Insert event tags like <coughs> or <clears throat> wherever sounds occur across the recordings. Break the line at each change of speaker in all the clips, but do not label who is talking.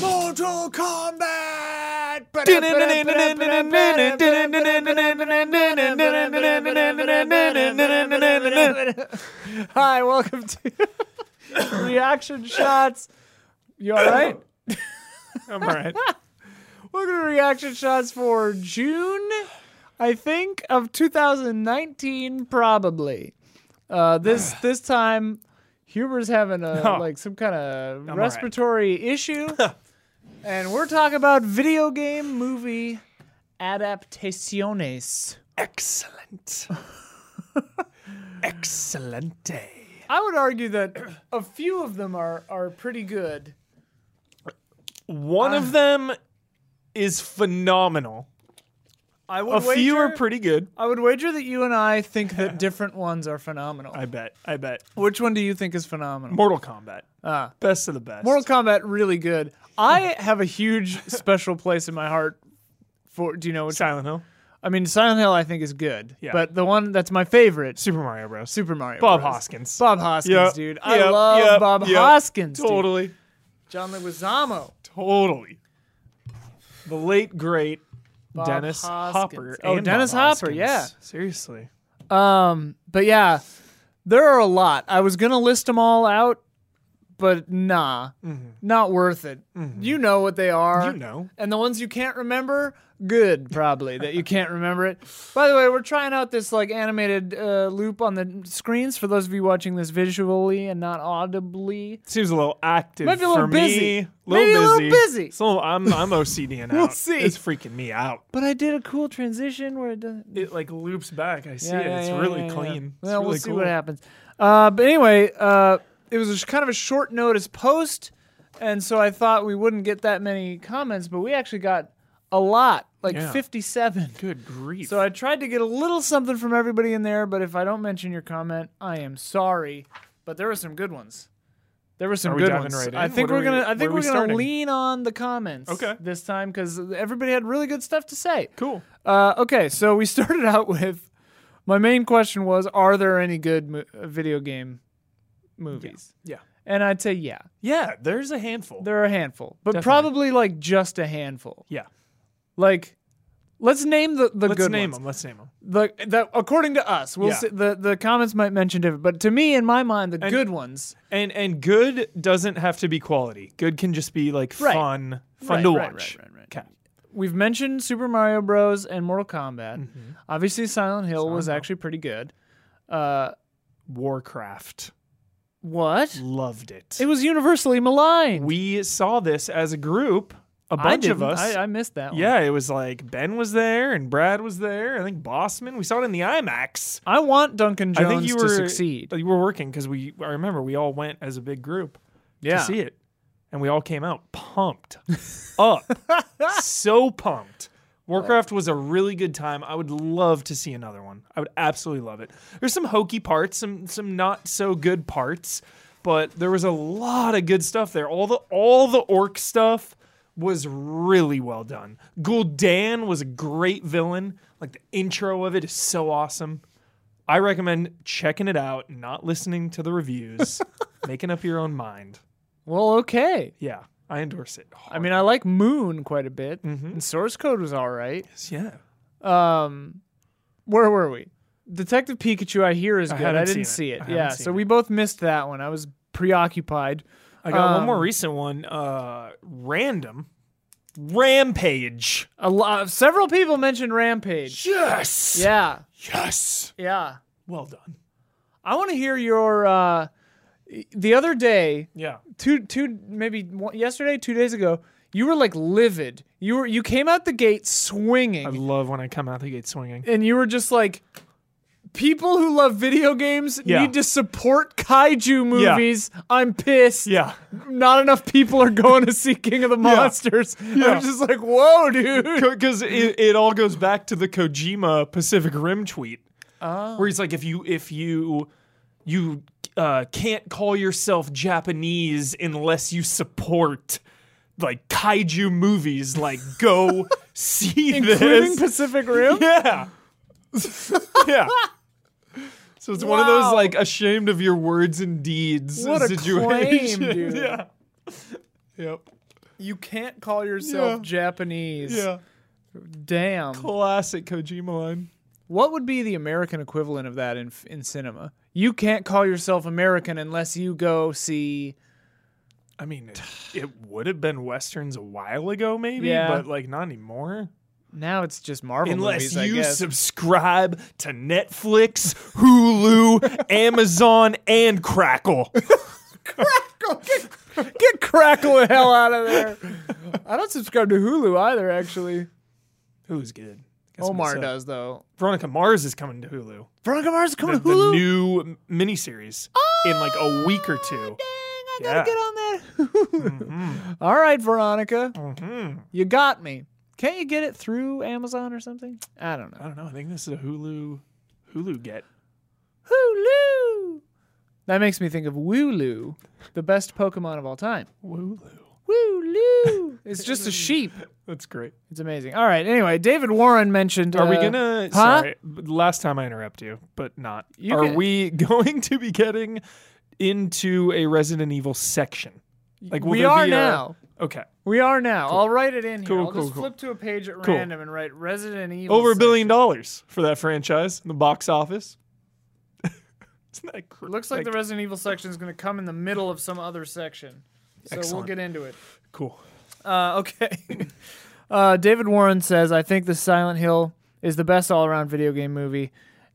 Mortal Kombat!
Hi, welcome to <laughs> Reaction Shots. You all right?
I'm alright.
Welcome to Reaction Shots for June, I think, of 2019, probably.
<sighs>
Uh, this this time, Huber's having a
No.
like some kind of
right.
respiratory
<laughs>
issue, and we're talking about video game movie adaptaciones.
Excellent. Excellente.
I would argue that a few of them are are pretty good.
One
Uh,
of them is phenomenal.
I would
A few
wager-
are pretty good.
I would wager that you and I think that different ones are phenomenal.
I bet. I bet.
Which one do you think is phenomenal?
Mortal Kombat.
Ah.
Best of the best.
Mortal Kombat really good. I have a huge special place in my heart for. Do you know? Which,
Silent Hill.
I mean, Silent Hill I think is good,
Yeah.
but the one that's my favorite,
Super Mario Bros.
Super Mario.
Bob
Bros.
Hoskins.
Bob Hoskins,
Yep,
dude. I
yep,
love
yep,
Bob
yep.
Hoskins. dude.
Totally.
John Leguizamo.
Totally. The late great
Bob
Dennis Hopper.
Hoskins. Oh,
and
Dennis
Bob
Hopper,
Hoskins.
yeah.
Seriously.
Um, but yeah, there are a lot. I was gonna list them all out, but nah, not worth it. You know what they are.
You know.
And the ones Mm-hmm. you can't remember, good probably that you can't remember it. By the way, we're trying out this like animated uh, loop on the screens for those of you watching this visually and not audibly.
Seems a little active
Might be a little
for
busy.
me. Little
Maybe a little
busy.
busy.
It's a little- I'm I'm OCDing
We'll
out.
see.
It's freaking me out.
But I did a cool transition where it doesn't.
It like loops back. I see
Yeah,
it.
yeah,
it's
yeah,
really
yeah, yeah.
clean. It's
Well,
really
we'll see
cool.
what happens. Uh, but anyway, uh, it was a sh- kind of a short notice post, and so I thought we wouldn't get that many comments, but we actually got a lot, like
Yeah.
57.
Good grief.
So I tried to get a little something from everybody in there, but if I don't mention your comment, I am sorry. But there were some good ones. There were some
Are we
good
diving
ones.
right
I
in?
think
What are
we're
we-
gonna. I
where
think
are
we're
we
gonna
starting?
lean on the comments.
Okay.
This time, because everybody had really good stuff to say.
cool.
Uh, okay, so we <laughs> started out with my main question was: Are there any good mo- uh, video game movies?
Yeah.
And I'd say yeah,
Yeah, there's a handful.
there are a handful, but
Definitely.
probably like just a handful.
yeah.
Like, let's name the the
Let's
good
name
ones.
them. Let's name them.
The, the according to us, we'll
Yeah.
see, the the comments might mention different, but to me, in my mind, the good ones.
And and good doesn't have to be quality. Good can just be like
Right.
fun, fun
Right,
to
right,
watch.
right, right, right.
Okay.
We've mentioned Super Mario Bros. and Mortal Kombat.
Mm-hmm.
Obviously, Silent Hill was actually pretty good. Uh,
Warcraft.
what?
Loved it.
It was universally maligned.
we saw this as a group, a
I
bunch of
didn't.
us.
I, oh. I missed that one.
yeah, it was like Ben was there and Brad was there. I think Bossman. We saw it in the IMAX.
I want Duncan Jones
I think you
to
were
succeed.
You were working because we. I remember we all went as a big group to see it, and we all came out pumped, <laughs> up, so pumped. Warcraft was a really good time. I would love to see another one. I would absolutely love it. There's some hokey parts, some some not so good parts, but there was a lot of good stuff there. All the all the orc stuff was really well done. Gul'dan was a great villain. Like the intro of it is so awesome. I recommend checking it out, not listening to the reviews, making up your own mind.
Well, okay.
Yeah, I endorse it.
I mean, I like Moon quite a bit.
Mm-hmm.
And Source Code was all right.
yeah.
Um, where were we? Detective Pikachu, I hear is good. I,
haven't
didn't
seen it.
see it.
I haven't
yeah,
seen
so
it.
we both missed that one. I was preoccupied.
I got one more recent one. Uh, random. Rampage.
A lot, several people mentioned Rampage.
Yes.
Yeah,
Yes.
yeah.
Well done.
I want to hear your. Uh, the other day,
Yeah.
two two maybe one, yesterday two days ago you were like livid you were you came out the gate swinging
I love when I come out the gate swinging.
and you were just like people who love video games
Yeah.
need to support kaiju
Yeah.
movies i'm
<laughs>
pissed
Yeah.
not enough people are going to see king of the monsters i'm just like whoa dude
Because it, it all goes back to the Kojima Pacific Rim tweet, where he's like, if you if you you uh, can't call yourself Japanese unless you support like kaiju movies, like <laughs> go see
including
this.
pacific rim
Yeah. <laughs> yeah. So it's one of those
Wow.
like ashamed of your words and deeds
What
<laughs>
a
situation.
claim, dude.
yeah. Yep.
you can't call yourself
Yeah.
Japanese.
Yeah.
Damn.
Classic Kojima line.
What would be the American equivalent of that in in cinema? You can't call yourself American unless you go see.
I mean, it, it would have been westerns a while ago, maybe,
Yeah.
but like not anymore.
Now it's just Marvel
Unless
movies, I
you
guess.
subscribe to Netflix,
<laughs>
Hulu, Amazon, and Crackle.
Go get, get crackle the hell out of there. I don't subscribe to Hulu either, actually.
Hulu's good. Guess what I
Omar
said.
does though.
Veronica Mars is coming to Hulu.
Veronica Mars is
The,
coming to
the
Hulu.
new m- miniseries in like a week or two.
Dang, I
Yeah. Mm-hmm.
gotta get on that. All right, Veronica,
Mhm.
you got me. Can't you get it through Amazon or something? I don't
I
know.
don't know. I think this is a Hulu Hulu get.
Hulu. That makes me think of Wooloo, the best Pokemon of all time.
Hulu.
Wooloo. It's just a sheep.
That's great.
It's amazing. All right. Anyway, David Warren mentioned.
Are we
uh,
gonna?
huh?
Sorry, b- last time I interrupt you, but not.
You
Are
can-
we <laughs> going to be getting into a Resident Evil section? Like will
we
there
are
be a-
now.
okay,
We are now. I'll write it in here.
Cool,
I'll just
cool, cool.
flip to a page at
Cool.
random and write Resident Evil.
over a
section.
billion dollars for that franchise in the box office. <laughs> Isn't that cr-
Looks like the Resident Evil section is going to come in the middle of some other section. So we'll
Excellent.
get into it.
cool? <laughs>
Uh, okay. <laughs> uh, David Warren says, I think the Silent Hill is the best all around video game movie.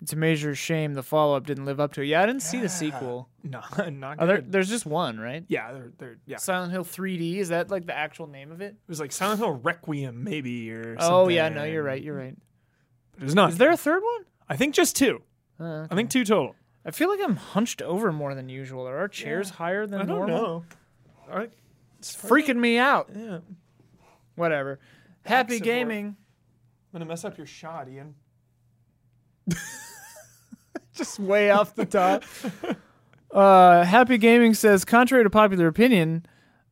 To measure shame, the follow up didn't live up to it. Yeah, I didn't see the sequel.
No, not
Are
good.
there, there's just one, right?
yeah, they're, they're, yeah.
Silent Hill 3D. Is that like the actual name of it?
It was like Silent Hill Requiem, maybe, or
Oh, yeah. No,
something.
you're right. You're right.
There's not.
Is there a third one?
I think just two.
Uh,
I think two total.
I feel like I'm hunched over more than usual. Are our chairs higher than normal?
All right.
It's freaking me out.
Yeah. I'm
Whatever. Happy
Excellent work.
gaming.
gonna mess up your shot, Ian.
Just way off the top. Uh, Happy Gaming says, contrary to popular opinion,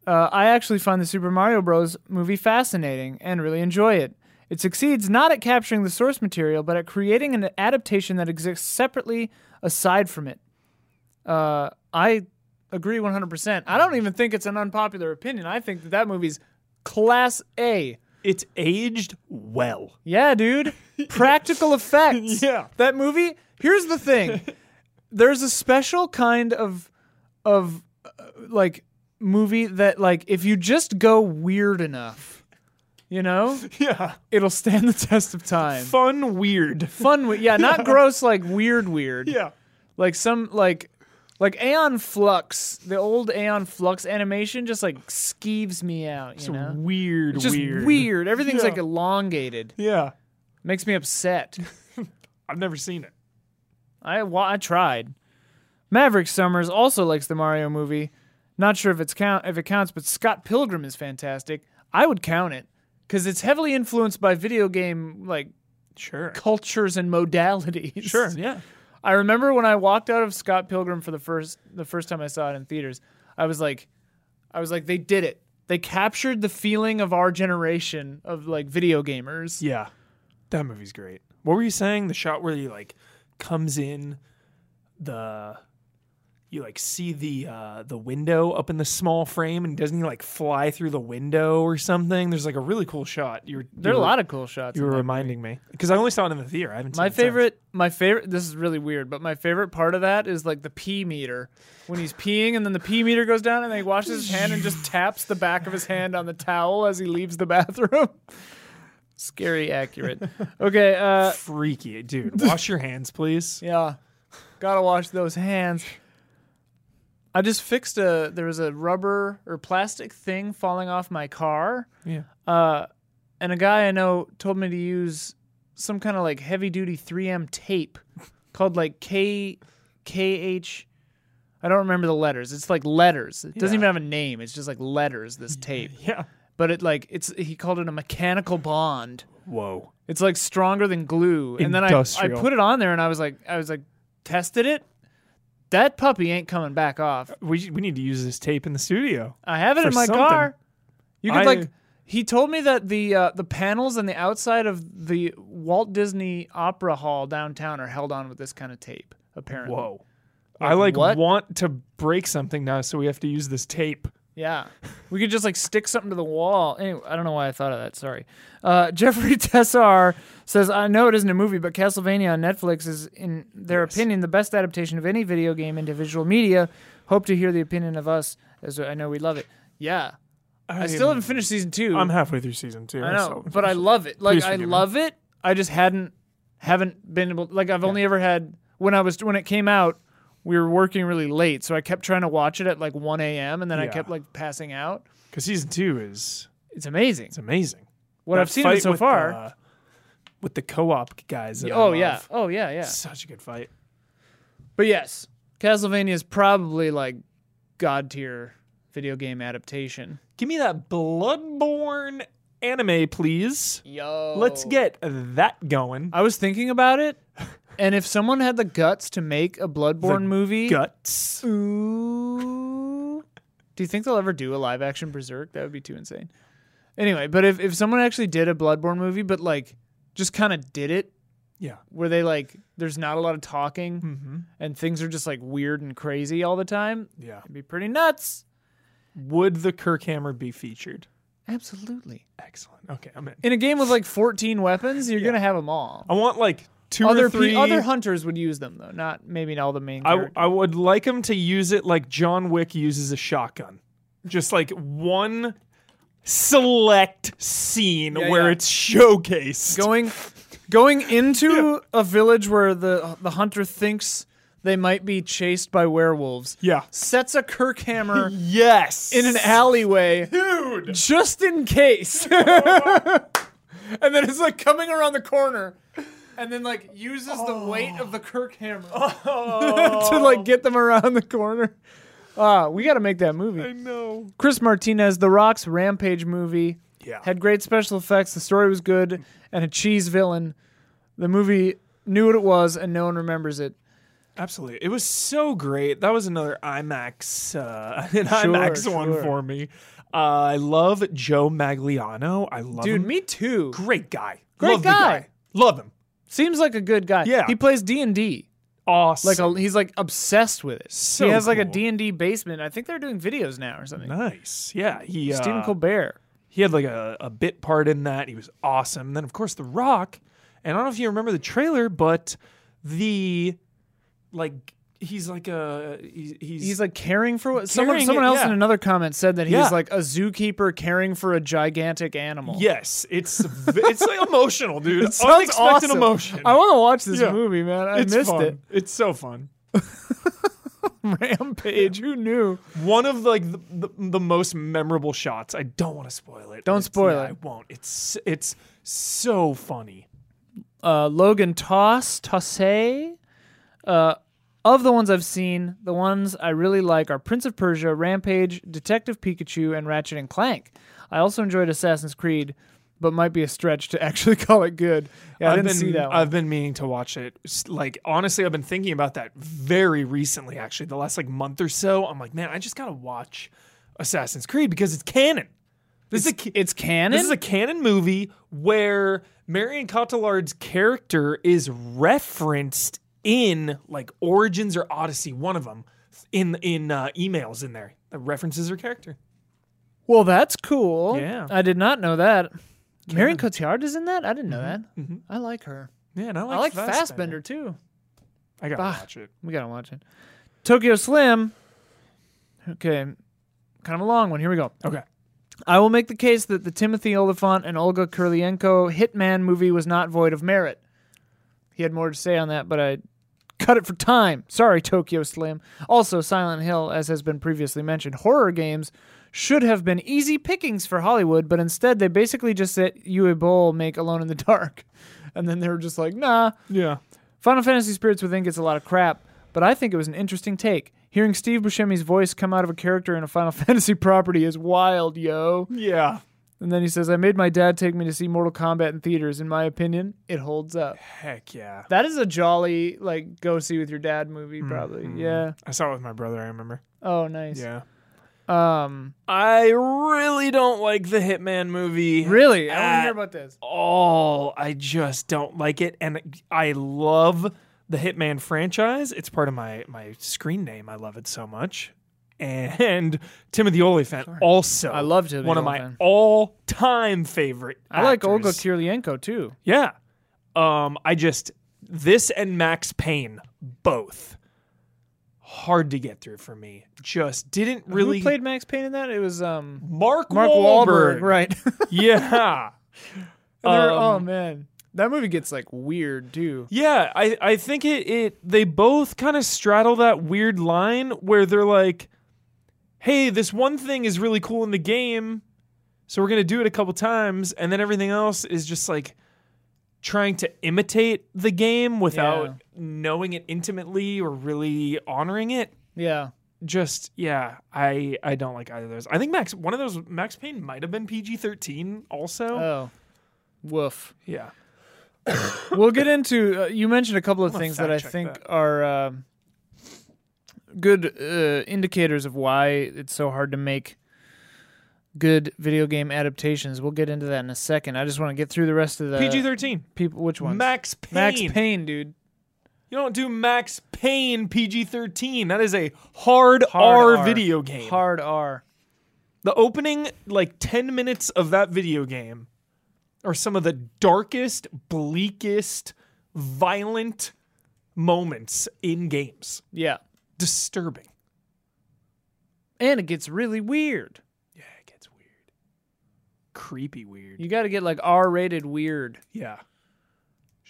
uh, I actually find the Super Mario Bros. movie fascinating and really enjoy it. It succeeds not at capturing the source material, but at creating an adaptation that exists separately aside from it. Uh, I agree 100%. I don't even think it's an unpopular opinion. I think that that movie's class A.
It's aged well.
Yeah, dude.
<laughs>
Practical effects.
Yeah.
That movie, here's the
<laughs>
thing. There's a special kind of of uh, like movie that like if you just go weird enough, you
<laughs>
know,
<laughs> Yeah.
it'll stand the test of time.
Fun, weird.
Fun, we-
<laughs>
yeah, not gross like weird weird.
Yeah.
Like some like like Aeon Flux, the old Aeon Flux animation just like skeeves me out, you know.
Weird,
Just
weird.
weird. Everything's
Yeah.
like elongated.
Yeah.
Makes me upset.
I've never seen it.
I wa I tried. Maverick Summers also likes the Mario movie. Not sure if it's count if it counts, but Scott Pilgrim is fantastic. I would count it because it's heavily influenced by video game like
Sure.
cultures and modalities.
Sure. Yeah.
I remember when I walked out of Scott Pilgrim for the first the first time I saw it in theaters. I was like, I was like, they did it. They captured the feeling of our generation of like video gamers.
Yeah. That movie's great. What were you saying? The shot where he like comes in the you like see the uh the window up in the small frame and doesn't he like fly through the window or something? There's like a really cool shot. You're
There are a lot of cool shots.
you
in
were
that
reminding me because I only saw it in the theater. I haven't.
My
seen it since.
favorite, my favorite. This is really weird, but my favorite part of that is like the pee meter when he's peeing, and then the pee meter goes down, and then he washes his hand and just taps the back of his hand on the towel as he leaves the bathroom. <laughs> Scary accurate. Okay, uh,
freaky
<laughs>
dude. Wash your hands, please.
yeah, gotta wash those hands. I just fixed a. There was a rubber or plastic thing falling off my car,
Yeah.
uh, and a guy I know told me to use some kind of like heavy duty 3M tape called like K KH. I don't remember the letters. It's like letters. It doesn't
Yeah.
even have a name. It's just like
<laughs>
letters. This tape,
Yeah.
but it like it's he called it a mechanical bond.
Whoa.
It's like stronger than glue. And then I I
Industrial.
put it on there and I was like I was like tested it. That puppy ain't coming back off.
We we need to use this tape in the studio.
I have it
for
in my
something.
car. You could
I-
like. He told me that the uh, the panels on the outside of the Walt Disney Opera Hall downtown are held on with this kind of tape. Apparently.
Whoa. I like
what?
want to break something now, so we have to use this tape.
Yeah. We could just like stick something to the wall. Anyway, I don't know why I thought of that. Sorry. Uh, <laughs> Jeffrey Tessar says, I know it isn't a movie, but Castlevania on Netflix is, in their opinion, the best adaptation of any video game into visual media. Hope to hear the opinion of us, as I know we love it. Yeah. I, still haven't finished season two.
I'm halfway through season two.
I know,
so- <laughs>
but I love it. Like
Please
I
forgive me.
love it. I just hadn't haven't been able. Like I've only ever had when I was when it came out. We were working really late, so I kept trying to watch it at like 1 a.m. and then I
Yeah.
kept like passing out.
Because season two is
It's amazing
it's amazing.
what
That
I've seen of it
fight
so
with
far.
the- with the co-op guys. that I
oh yeah,
love.
oh yeah, yeah.
such a good fight.
But yes, Castlevania is probably like god tier video game adaptation.
Give me that Bloodborne anime, please.
Yo,
Let's get that going.
I was thinking
<laughs>
about it, and if someone had the guts to make a Bloodborne movie,
Guts.
Ooh. Do you think they'll ever do a live action Berserk? That would be too insane. Anyway, but if, if someone actually did a Bloodborne movie, but like just kind of did it,
Yeah. Hmm.
where they like, there's not a lot of talking
Mm-hmm.
and things are just like weird and crazy all the time,
Yeah.
it'd be pretty nuts.
Would the Kirk hammer be featured?
Absolutely.
Excellent. Okay, I'm in.
In a game with like 14 weapons, you're going to have them all.
I want like two
Other,
or
pe-
three.
other hunters would use them though, not maybe all the main
I,
characters.
I would like him to use it like John Wick uses a shotgun. Just like one select scene
Yeah,
where
yeah.
it's showcased.
going going into a village where the the hunter thinks they might be chased by werewolves.
yeah.
Sets a kirk hammer
<laughs> Yes.
in an alleyway
<laughs> dude.
just in case. <laughs> and then it's like coming around the corner and then like uses the weight of the kirk hammer
Oh.
<laughs> to like get them around the corner. Ah, we got to make that movie.
I know.
Chris Martinez, The Rock's Rampage movie.
Yeah.
Had great special effects. The story was good and a cheese villain. The movie knew what it was and no one remembers it.
Absolutely. It was so great. That was another IMAX uh, <laughs> an
Sure,
IMAX one
sure.
for me. Uh, I love Joe Magliano. I love
Dude,
him.
me too.
Great guy.
Great
love the
guy.
Love him.
Seems like a good guy.
Yeah.
He plays D&D.
Awesome.
Like a, he's like obsessed with it.
So
he has like a
cool.
D&D basement. I think they're doing videos now or something.
nice. Yeah. He uh,
Stephen Colbert.
he had like a, a bit part in that. He was awesome. then of course The Rock. And I don't know if you remember the trailer, but the like he's like a he's he's,
He's like caring for what someone
Caring,
someone else
yeah.
in another comment said that he's
Yeah.
like a zookeeper caring for a gigantic animal.
yes. It's v- it's like emotional, dude.
<laughs> It sounds
Unexpected
awesome.
emotion.
I want to watch this
Yeah.
movie, man. I
it's
missed
fun.
it. <laughs>
It's so fun.
Rampage. Who knew?
One of like the, the, the most memorable shots. I don't want to spoil it.
Don't
It's-
spoil
yeah,
it.
I won't. It's it's so funny.
Uh, Logan Toss Tosse. Uh, of the ones I've seen, the ones I really like are Prince of Persia, Rampage, Detective Pikachu, and Ratchet and Clank. I also enjoyed Assassin's Creed, but might be a stretch to <laughs> actually call it good. Yeah, I
I've
didn't
been
see that one.
I've been meaning to watch it. S- Like honestly, I've been thinking about that very recently. Actually, the last like month or so, I'm like, man, I just gotta watch Assassin's Creed because it's canon. This is a, ca-
it's canon.
this is a canon movie where Marion Cotillard's character is referenced in like Origins or Odyssey, one of them, in in uh, emails in there that references her character.
well, that's cool.
Yeah.
I did not know that. Marion Cotillard is in that. I didn't know that. I like her.
Yeah, and I like,
I like
Mm-hmm. Fassbender.
Fassbender too.
I gotta
Bah.
watch it.
We gotta watch it. Tokyo Slim. Okay, kind of a long one. Here we go.
Okay,
I will make the case that the Timothy Oliphant and Olga Kurylenko Hitman movie was not void of merit. He had more to say on that, but I cut it for time. Sorry, Tokyo Slim. Also, Silent Hill, as has been previously mentioned, horror games should have been easy pickings for Hollywood, but instead they basically just let Uwe Boll make Alone in the Dark. <laughs> And then they were just like, nah,
yeah,
Final Fantasy Spirits Within gets a lot of crap, but I think it was an interesting take. Hearing Steve Buscemi's voice come out of a character in a Final <laughs> Fantasy property is wild, yo.
yeah.
And then he says, I made my dad take me to see Mortal Kombat in theaters. In my opinion, it holds up.
Heck yeah!
That is a jolly, like, go see with your dad movie, probably. Yeah.
I saw it with my brother. I remember.
Oh, nice.
Yeah.
Um,
I really don't like the Hitman movie.
really? I want to
Uh,
hear about this.
all. I just don't like it, and I love the Hitman franchise. It's part of my my screen name. I love it so much. and <laughs> Timothy Olyphant also.
I love Timothy
one of my
Olyphant.
all-time favorite.
I like Olga
actors.
Kurylenko too.
Yeah. Um, I just this and Max Payne both hard to get through for me. Just didn't really
Who played Max Payne in that? It was um
Mark,
Mark
Wahlberg.
Wahlberg, right? <laughs>
Yeah.
And they're- oh
Um,
man, that movie gets like weird too.
Yeah, I, I think it, it they both kind of straddle that weird line where they're like, hey, this one thing is really cool in the game, so we're gonna do it a couple times, and then everything else is just like trying to imitate the game without
Yeah.
knowing it intimately or really honoring it.
Yeah,
Just yeah, I I don't like either of those. I think Max one of those Max Payne might have been PG thirteen also.
Oh, woof.
yeah.
we'll get into. Uh, you mentioned a couple of
gonna
things that I
fact check
think
that.
are um good uh, indicators of why it's so hard to make good video game adaptations. We'll get into that in a second. I just want to get through the rest of the
PG thirteen.
people. Which ones?
Max Payne.
uh, Max Payne, dude.
You don't do Max Payne PG 13. That is a hard, R,
Hard R.
video game.
Hard R.
The opening, like 10 minutes of that video game, are some of the darkest, bleakest, violent moments in games.
Yeah,
Disturbing.
and it gets really weird.
Yeah, it gets weird. Creepy weird.
You got to get like R-rated weird.
Yeah.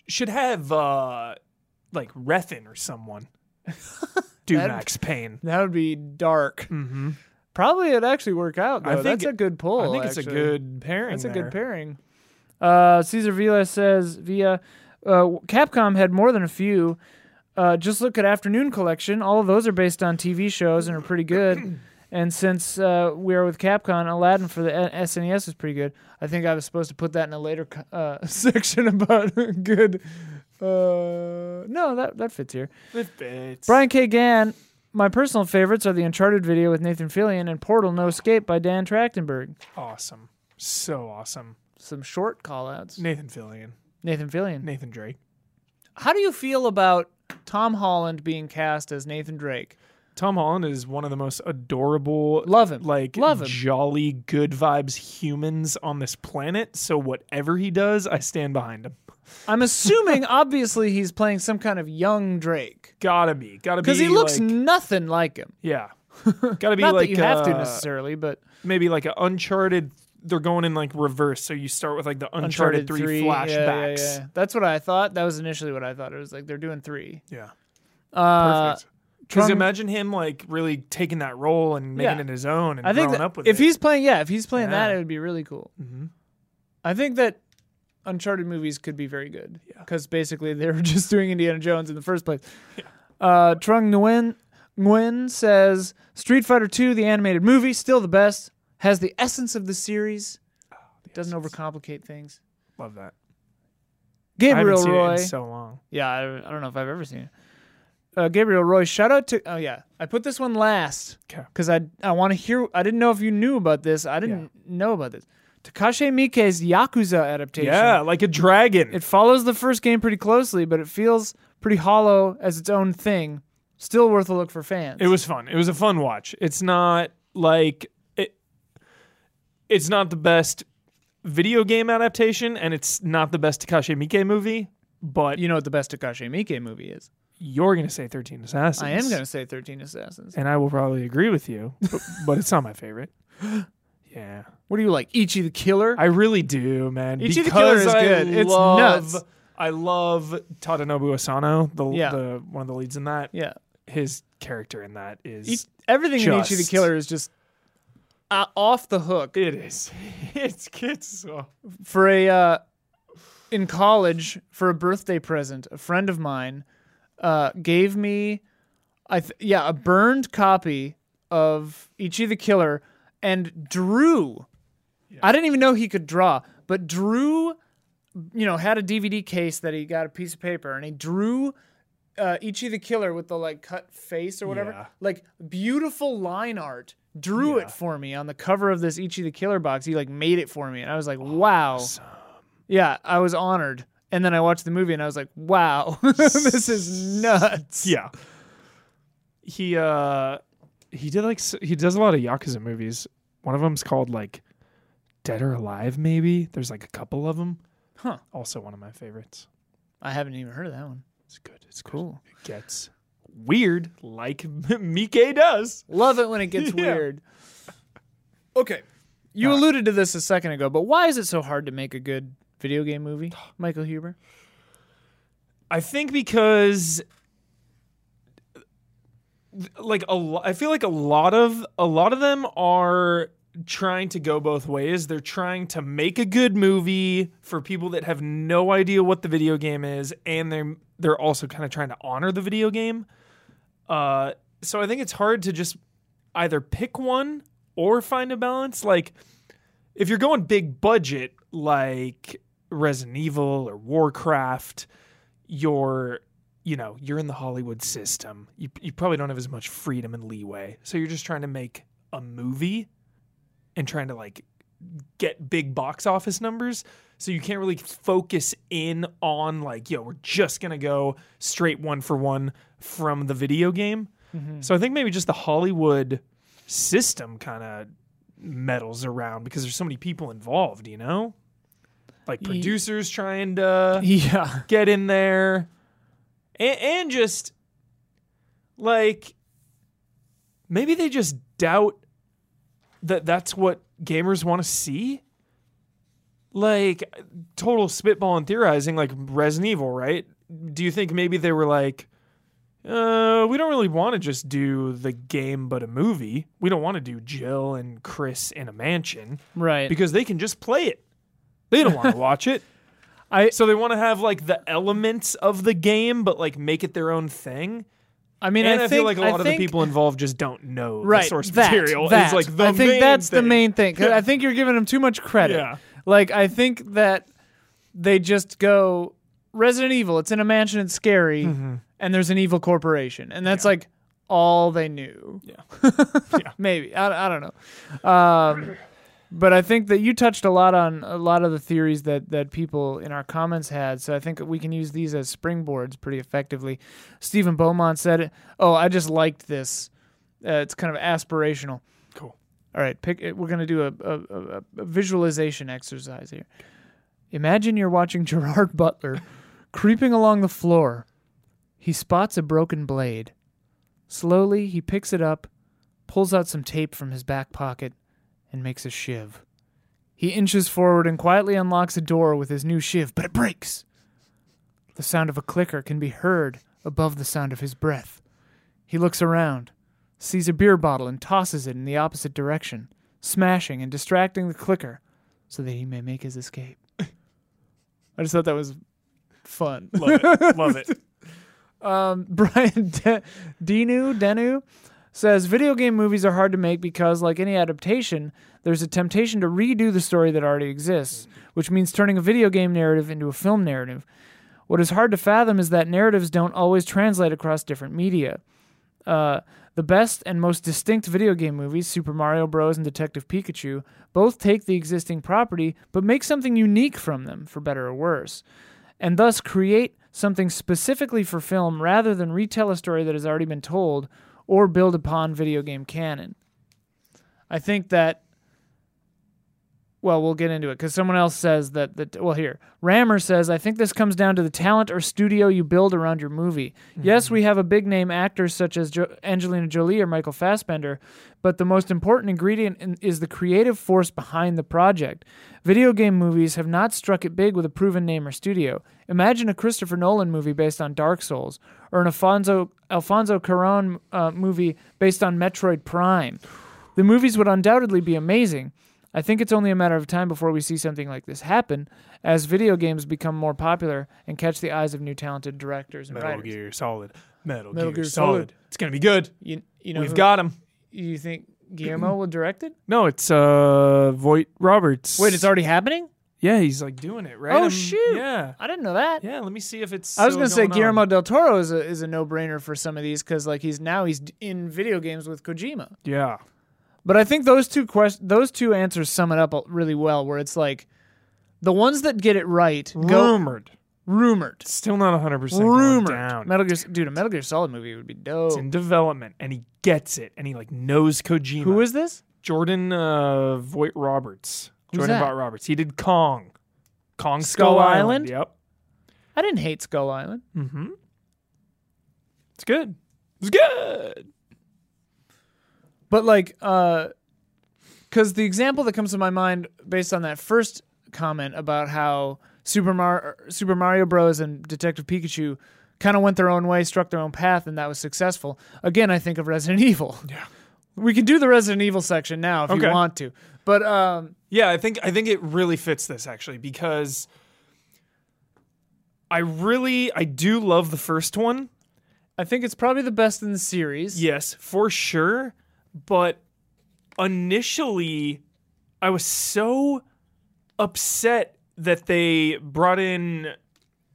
Should have, uh, like, Refin or someone do
That'd-
Max Payne.
That would be dark.
Mm-hmm.
Probably it'd actually work out though.
I think
That's
it-
a good pull.
I think it's
actually.
a good pairing.
That's a
there.
good pairing. Uh, Cesar Vila says via uh, Capcom had more than a few. Uh, just look at Afternoon Collection. All of those are based on TV shows and are pretty <clears throat> good. And since uh, we are with Capcom, Aladdin for the S- SNES is pretty good. I think I was supposed to put that in a later co- uh, <laughs> section about <laughs> good. Uh, no, that that fits here.
It fits.
Brian K. Gann. My personal favorites are the Uncharted video with Nathan Fillion and Portal No Escape by Dan Trachtenberg.
Awesome. So awesome.
Some short call outs.
Nathan Fillion.
Nathan Fillion.
Nathan Drake.
How do you feel about Tom Holland being cast as Nathan Drake?
Tom Holland is one of the most adorable,
Love him.
like
Love him.
jolly good vibes humans on this planet. So whatever he does, I stand behind him.
I'm assuming, <laughs> obviously, he's playing some kind of young Drake
Gotta be, gotta be.
because he looks
like-
nothing like him. <laughs>
yeah. gotta be
Not
like
that you have to
uh,
necessarily, but
maybe like an Uncharted. They're going in like reverse, so you start with like the Uncharted, three,
yeah, yeah,
flashbacks. Yeah,
yeah. That's what I thought. That was initially what I thought. It was like they're doing three. Uh,
perfect. Because
Trung-
imagine him like really taking that role and making
Yeah.
it his own and
I think
growing
that
up with
if
it.
he's playing, yeah, if he's playing that,
Yeah. Mm-hmm.
it would be really cool. I think that Uncharted movies could be very good because basically they were <laughs> just doing Indiana Jones in the first place. Uh, Trung Nguyen, Nguyen says Street Fighter II, the animated movie, still the best, has the essence of the series,
Oh,
doesn't overcomplicate things.
Love that. I haven't
Gabriel
seen it
Roy,
in so long.
yeah, I, I don't know if I've ever seen it. Uh, Gabriel Roy, shout out to oh yeah, I put this one last.
Okay.
because I I want to hear. I didn't know if you knew about this. I didn't know about this. Takashi Miike's Yakuza adaptation.
Yeah, like a dragon.
it follows the first game pretty closely, but it feels pretty hollow as its own thing. Still worth a look for fans.
It was fun. It was a fun watch. It's not like it. It's not the best video game adaptation, and it's not the best Takashi Miike movie. But
you know what the best Takashi Miike movie is?
you're gonna say Thirteen Assassins.
I am gonna say Thirteen Assassins.
and I will probably agree with you.
<laughs>
But, but it's not my
<gasps>
favorite. Yeah,
What do you like? Ichi the Killer.
I really do, man.
Ichi the Killer
because
is
I
good. It's
love-
nuts.
I love Tadanobu Asano, the,
Yeah.
the one of the leads in that.
yeah.
His character in that is
I- everything in Ichi the
just-
Killer is just uh, off the hook.
It is. <laughs> It's it's <laughs> so.
for a uh, in college for a birthday present a friend of mine uh, gave me I th- yeah a burned copy of Ichi the Killer and drew I didn't even know he could draw but drew you know had a DVD case that he got a piece of paper and he drew uh, Ichi the Killer with the like cut face or whatever
Yeah.
like beautiful line art drew
Yeah.
it for me on the cover of this Ichi the Killer box he like made it for me and I was like wow yeah, I was honored. And then I watched the movie and I was like, <laughs> wow, this is nuts.
Yeah. He uh he did like s- he does a lot of yakuza movies. One of them's called like Dead or Alive, maybe. There's like a couple of them.
Huh.
Also one of my favorites.
I haven't even heard of that one.
It's good. It's cool. It gets weird, like <laughs> Mike does.
Love it when it <laughs> gets
Yeah.
weird. Okay. You
Uh,
alluded to this a second ago, but why is it so hard to make a good video game <gasps> movie, Michael Huber?
I think because like a lo- I feel like a lot of a lot of them are trying to go both ways. They're trying to make a good movie for people that have no idea what the video game is and they're they're also kind of trying to honor the video game. Uh so I think it's hard to just either pick one or find a balance like if you're going big budget like Resident Evil or Warcraft, you're you know you're in the hollywood system you, you probably don't have as much freedom and leeway so you're just trying to make a movie and trying to like get big box office numbers so you can't really focus in on like yo we're just gonna go straight one for one from the video game so i think maybe just the hollywood system kind of meddles around because there's so many people involved you know like
Ye-
producers trying to
Yeah.
<laughs> get in there and, and just like maybe they just doubt that that's what gamers want to see like total spitball and theorizing like resident evil right do you think maybe they were like uh, we don't really want to just do the game but a movie we don't want to do jill and chris in a mansion
Right.
because they can just play it. They don't want
<laughs>
to watch it.
I-
so they want to have like the elements of the game, but like make it their own thing.
I mean,
And, I,
I, think,
feel like a
I
lot of the
think-
people involved just don't know
right,
the source
that,
material.
That.
It's like the
I think
main
that's the
thing.
main thing. 'cause I think you're giving them too much credit.
Yeah.
Like I think that they just go Resident Evil. It's in a mansion. It's scary,
Mm-hmm.
and there's an evil corporation, and that's like all they knew. <laughs>
Yeah.
Maybe I, I don't know. Um, but I think that you touched a lot on a lot of the theories that that people in our comments had. So I think we can use these as springboards pretty effectively. Stephen Beaumont said, "Oh, I just liked this. Uh, it's kind of aspirational."
Cool.
All right, pick. eh, We're gonna do a, a, a, a visualization exercise here. Imagine you're watching <laughs> Gerard Butler creeping along the floor. He spots a broken blade. Slowly, he picks it up, pulls out some tape from his back pocket, and makes a shiv. He inches forward and quietly unlocks a door with his new shiv, but it breaks. The sound of a clicker can be heard above the sound of his breath. He looks around, sees a beer bottle, and tosses it in the opposite direction, smashing and distracting the clicker so that he may make his escape. <laughs> I just thought that was fun.
Love
<laughs>
it. Love it.
Um, <laughs> Brian De- Dinu Denu says video game movies are hard to make because, like any adaptation, there's a temptation to redo the story that already exists, which means turning a video game narrative into a film narrative. What is hard to fathom is that narratives don't always translate across different media. Uh, the best and most distinct video game movies, Super Mario Bros. and Detective Pikachu, both take the existing property but make something unique from them, for better or worse and thus create something specifically for film rather than retell a story that has already been told or build upon video game canon. I think that well, we'll get into it because someone else says that. That well, here Rammer says, I think this comes down to the talent or studio you build around your movie. Yes, we have a big name actors such as jo- Angelina Jolie or Michael Fassbender, but the most important ingredient in- is the creative force behind the project. Video game movies have not struck it big with a proven name or studio. Imagine a Christopher Nolan movie based on Dark Souls, or an Alfonso Alfonso Cuarón uh, movie based on Metroid Prime. The movies would undoubtedly be amazing. I think it's only a matter of time before we see something like this happen as video games become more popular and catch the eyes of new talented directors and
Metal
writers.
Gear Solid. Metal,
Metal
Gear,
Gear
Solid.
Solid. Uh-huh.
It's gonna be good.
You, you know,
We've
who-
got him.
you think Guillermo will direct it?
No, it's uh Voight Roberts.
Wait, it's already happening?
yeah. He's like doing it right.
Oh,
I'm-
shoot.
Yeah.
I didn't know that.
Yeah. Let me see if it's.
I was
still
gonna say
going on.
Guillermo del Toro is a is a no brainer for some of these because like he's now he's d- in video games with Kojima.
Yeah.
But I think those two quest- those two answers sum it up really well. Where it's like the ones that get it right go
Rumored.
Rumored.
Still not 100% going
Rumored.
down.
Metal Gear, dude, a Metal Gear Solid movie would be
It's
dope.
in development, and he gets it, and he like knows Kojima.
Who is this?
Jordan uh, Voight Roberts?
Who's
Jordan
that?
Voight Roberts. He did Kong, Kong
Skull
Skull,
Island?
Island. Yep.
I didn't hate Skull Island.
Mm-hmm. It's good. It's good.
But like, uh, because the example that comes to my mind based on that first comment about how Super Mar- Super Mario Bros. and Detective Pikachu kind of went their own way, struck their own path, and that was successful. Again, I think of Resident Evil.
Yeah.
We can do the Resident Evil section now if
Okay.
you want to. But um,
Yeah, I think I think it really fits this actually because I really I do love the first one.
I think it's probably the best in the series.
Yes, for sure. But initially, I was so upset that they brought in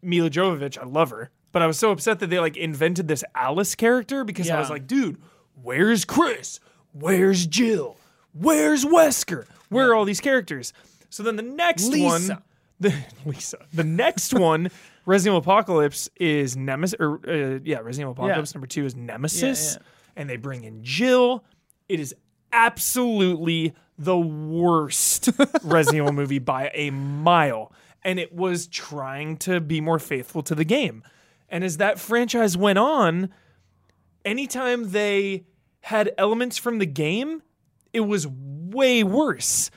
Mila Jovovich. I love her, but I was so upset that they like invented this Alice character because I was
Yeah.
like, dude, where's Chris? Where's Jill? Where's Wesker? Where are all these characters? So then the next one,
Lisa.
the, <laughs> Lisa. The
<laughs>
next one, Resident Evil Apocalypse is Nemesis. Or uh, yeah, Resident Evil Apocalypse number two is Nemesis,
yeah.
and they bring in Jill. It is absolutely the
<laughs>
worst Resident Evil movie by a mile, and it was trying to be more faithful to the game. And as that franchise went on, anytime they had elements from the game, it was way worse.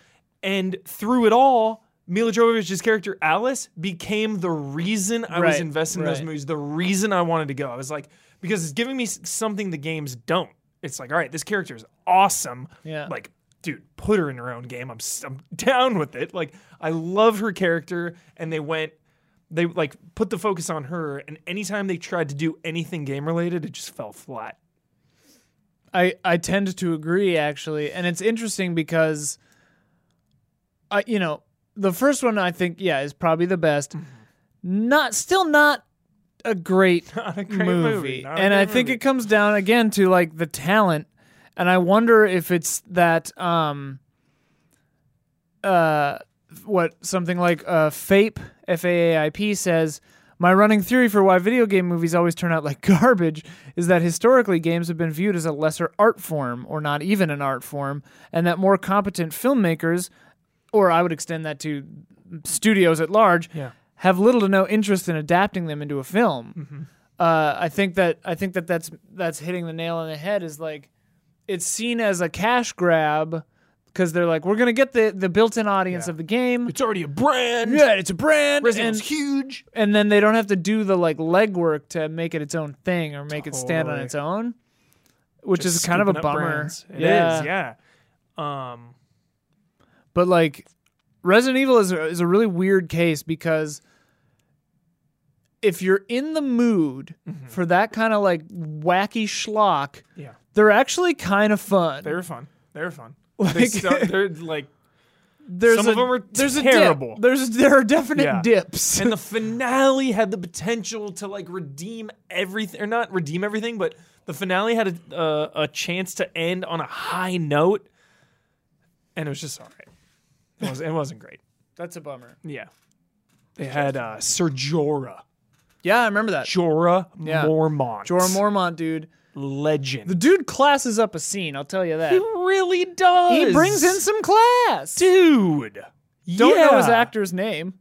And through it all, Mila Jovovich's character Alice became the reason I was
Right,
invested in those
right.
movies, the reason I wanted to go. I was like, because it's giving me s- something the games don't. It's like, all right, this character is awesome.
Yeah.
Like, dude, put her in her own game. I'm, s- I'm <laughs> down with it. Like, I love her character, and they went. They like put the focus on her, and anytime they tried to do anything game related, it just fell flat.
I I tend to agree actually, and it's interesting because I you know the first one I think yeah is probably the best. Not still not a great,
Not a great
movie,
not a
and I
great
think
movie.
it comes down again to like the talent, and I wonder if it's that um uh what something like uh FAPE F A A I P says. My running theory for why video game movies always turn out like <laughs> garbage is that historically games have been viewed as a lesser art form or not even an art form, and that more competent filmmakers, or I would extend that to studios at large,
Yeah.
have little to no interest in adapting them into a film.
Mm-hmm.
Uh, I think that I think that that's that's hitting the nail on the head. Is like it's seen as a cash grab because they're like we're gonna get the the built-in audience
Yeah.
of the game.
it's already a brand.
yeah, it's a brand.
Resident
and-
Evil's huge.
and then they don't have to do the like legwork to make it its own thing or make it stand on
Totally.
its own, which
Just
is kind of a
scooping up
bummer.
brands. It is, yeah. Um,
but like Resident Evil is a, is a really weird case because if you're in the mood
Mm-hmm.
for that kind of like wacky schlock,
yeah.
they're actually kind of fun.
They were fun. They were
<laughs>
fun. they
Like-
stu-
<laughs>
they're like,
there's
some
a,
of 'em are
there's A
terrible.
dip. There's there are definite
Yeah.
dips. <laughs>
and the finale had the potential to like redeem everything, or not redeem everything, but the finale had a uh, a chance to end on a high note, and it was just all right. It was it wasn't great.
That's a bummer.
Yeah, they had uh, Sir Jorah,
Yeah, I remember that.
Jorah
Yeah.
Mormont,
Jorah Mormont, dude.
legend.
The dude classes up a scene. I'll tell you that.
He really does.
He brings in some class.
dude.
Don't know his
Yeah.
actor's name.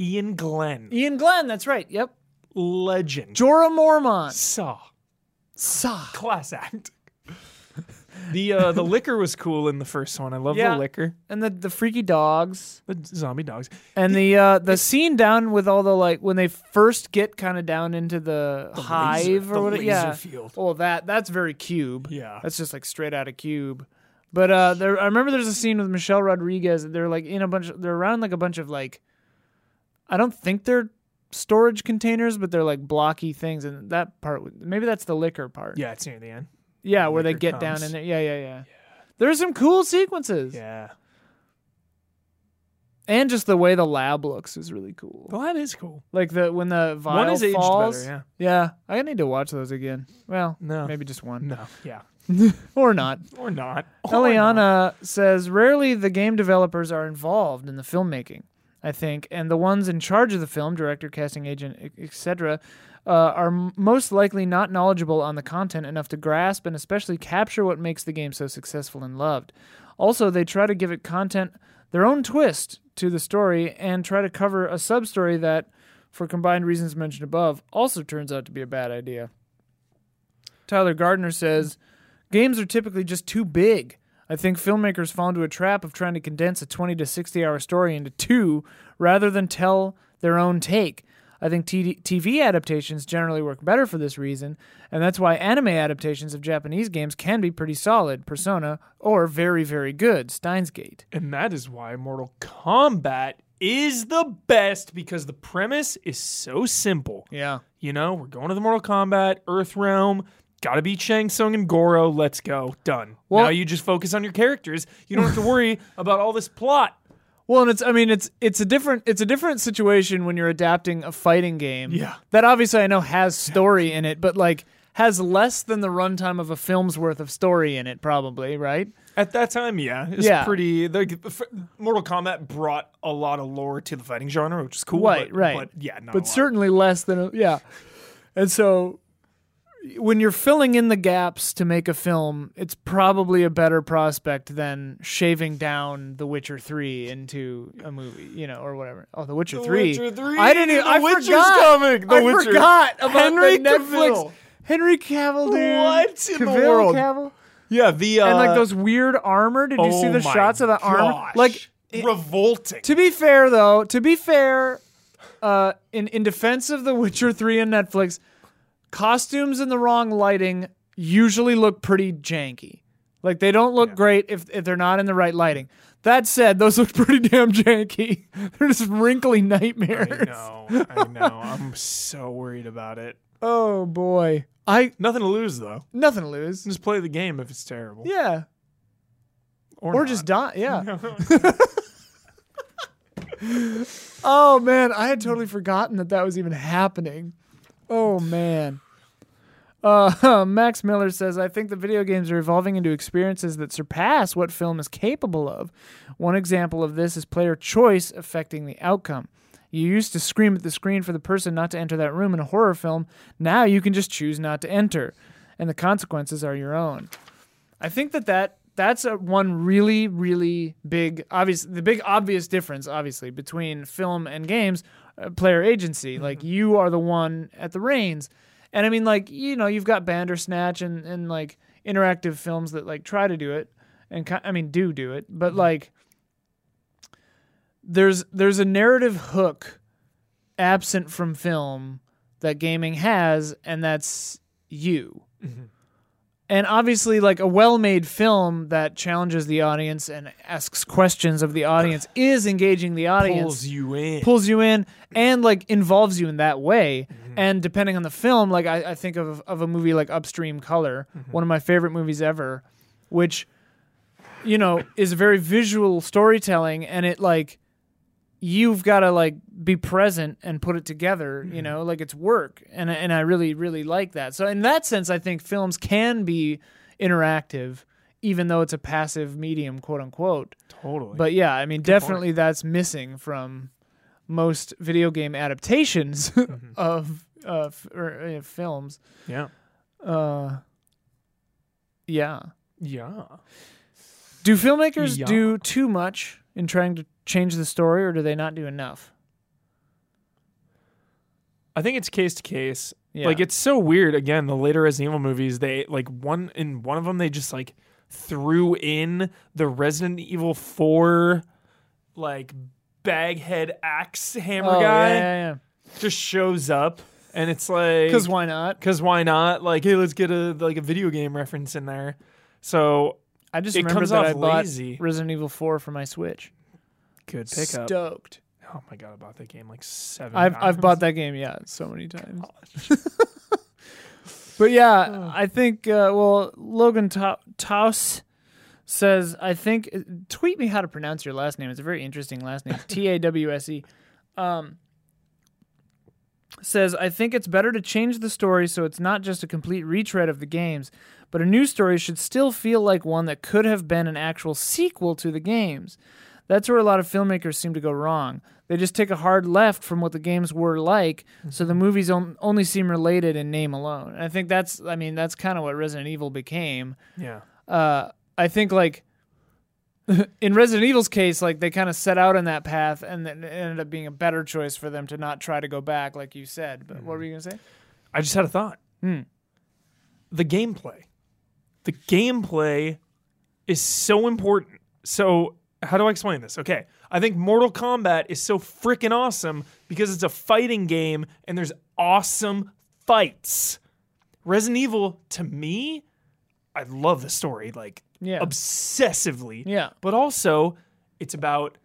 Ian Glenn,
Ian Glenn, that's right. Yep.
legend.
Jorah Mormont.
Saw
Saw.
class act. <laughs> The uh, the liquor was cool in the first one. I love
Yeah.
the liquor.
And the, the freaky dogs.
The zombie dogs.
And the uh, the scene down with all the like when they first get kind of down into the, hive
laser-
or
the
whatever.
laser
yeah.
field.
Oh, that that's very cube.
Yeah.
That's just like straight out of cube. But uh, there, I remember there's a scene with Michelle Rodriguez. and They're like in a bunch. Of, they're around like a bunch of like, I don't think they're storage containers, but they're like blocky things. And that part, would- maybe that's the liquor part.
Yeah, it's near the end.
Yeah, where they
Liquor
get down
comes.
in there. Yeah, yeah, yeah. There's some cool sequences.
Yeah.
And just the way the lab looks is really cool.
Well, that is cool.
Like the when the vial
One is aged
falls.
better.
yeah. I need to watch those again. Well,
No.
maybe just one
Yeah. No. Yeah. Oh,
or not.
Or not. Or not.
Eliana says rarely the game developers are involved in the filmmaking. I think, and the ones in charge of the film, director, casting agent, etc., uh, are m- most likely not knowledgeable on the content enough to grasp and especially capture what makes the game so successful and loved. Also, they try to give it content their own twist to the story and try to cover a sub story that, for combined reasons mentioned above, also turns out to be a bad idea. Tyler Gardner says, Games are typically just too big. I think filmmakers fall into a trap of trying to condense a 20 to 60 hour story into two rather than tell their own take. I think TD- TV adaptations generally work better for this reason, and that's why anime adaptations of Japanese games can be pretty solid, Persona, or very, very good, Steins Gate.
And that is why Mortal Kombat is the best because the premise is so simple.
Yeah.
You know, we're going to the Mortal Kombat, Earth Realm, gotta beat Shang Tsung and Goro, let's go. Done.
Well-
now you just focus on your characters. You don't have to
<laughs>
worry about all this plot.
Well, and it's I mean it's it's a different it's a different situation when you're adapting a fighting game.
Yeah.
That obviously I know has story in it, but like has less than the runtime of a film's worth of story in it, probably, right?
At that time, yeah, it's
Yeah.
pretty. The, f- Mortal Kombat brought a lot of lore to the fighting genre, which is cool.
Right,
but,
right.
But yeah, not a
But
lot.
certainly less than a, yeah. And so when you're filling in the gaps to make a film, it's probably a better prospect than shaving down The Witcher 3 into a movie, you know, or whatever. Oh, The Witcher 3.
Witcher 3,
I didn't even
The
I
Witcher's
forgot.
coming, The
I
Witcher.
forgot about
Henry
the Netflix.
Cavill.
Henry Cavill, dude.
What in the
Cavill,
world?
Cavill?
yeah, the uh,
And like those weird armor. Did you see
oh
the
my
shots of the armor?
gosh.
Like
revolting.
to be fair, though, to be fair, uh, in in defense of The Witcher Three and Netflix, costumes in the wrong lighting usually look pretty janky. Like they don't look great if if they're not in the right lighting. That said, those look <laughs> pretty damn janky. they're just wrinkly
I
nightmares. <laughs>
know, I know. I'm so worried about it.
Oh boy, I
Nothing to lose though.
nothing to lose.
Just play the game if it's terrible,
Yeah,
or,
or
not.
just die. Yeah. <laughs> oh man, I had totally forgotten that that was even happening. Oh man. Uh, <laughs> Max Miller says, I think the video games are evolving into experiences that surpass what film is capable of. One example of this is player choice affecting the outcome. You used to scream at the screen for the person not to enter that room in a horror film. Now you can just choose not to enter, and the consequences are your own. I think that that that's a one really really big obvious the big obvious difference obviously between film and games uh, player agency like you are the one at the reins and I mean like you know you've got Bandersnatch and and like interactive films that like try to do it and ki- I mean do do it but like there's there's a narrative hook absent from film that gaming has and that's you and obviously like a well-made film that challenges the audience and asks questions of the audience is engaging the audience
pulls you in.
pulls you in and like involves you in that way and depending on the film like i, I think of, of a movie like upstream color one of my favorite movies ever which you know is very visual storytelling and it like you've got to like be present and put it together you know like it's work and I- and i really really like that so in that sense i think films can be interactive even though it's a passive medium quote unquote
totally.
but yeah, I mean, definitely that's missing from most video game adaptations <laughs>
Mm-hmm.
of uh, f- or, uh, films.
yeah,
Uh, yeah.
yeah.
Do filmmakers
Yeah.
do too much in trying to change the story, or do they not do enough?
I think it's case to case.
Yeah.
Like it's so weird. Again, the later Resident Evil movies, they like one in one of them, they just like threw in the Resident Evil Four, like baghead axe hammer
Oh,
guy
yeah, yeah,
just shows up, and it's like
Because why not?
because why not? Like hey, let's get a like a video game reference in there. So
I just
It
remember
comes
that
off
I bought
lazy.
Resident Evil 4 for my Switch.
good pickup.
Stoked.
Oh my god, I bought that game like seven.
I've
times.
I've bought that game, yeah, so many times. <laughs> But yeah, I think uh, well, Logan Ta- Taus says I think uh, tweet me how to pronounce your last name. It's a very interesting last
<laughs>
name. T A W S E. Um says I think it's better to change the story so it's not just a complete retread of the games, but a new story should still feel like one that could have been an actual sequel to the games. That's where a lot of filmmakers seem to go wrong. They just take a hard left from what the games were like, so the movies on- only seem related in name alone. And I think that's, I mean, that's kind of what Resident Evil became.
Yeah.
Uh, I think like <laughs> in Resident Evil's case, like they kind of set out on that path, and then it ended up being a better choice for them to not try to go back, like you said. But what were you gonna say?
I just had a thought.
Hmm.
The gameplay. The gameplay is so important. So, how do I explain this? Okay. I think Mortal Kombat is so freaking awesome because it's a fighting game and there's awesome fights. Resident Evil, to me, I love the story like
Yeah.
obsessively.
Yeah.
But also, it's about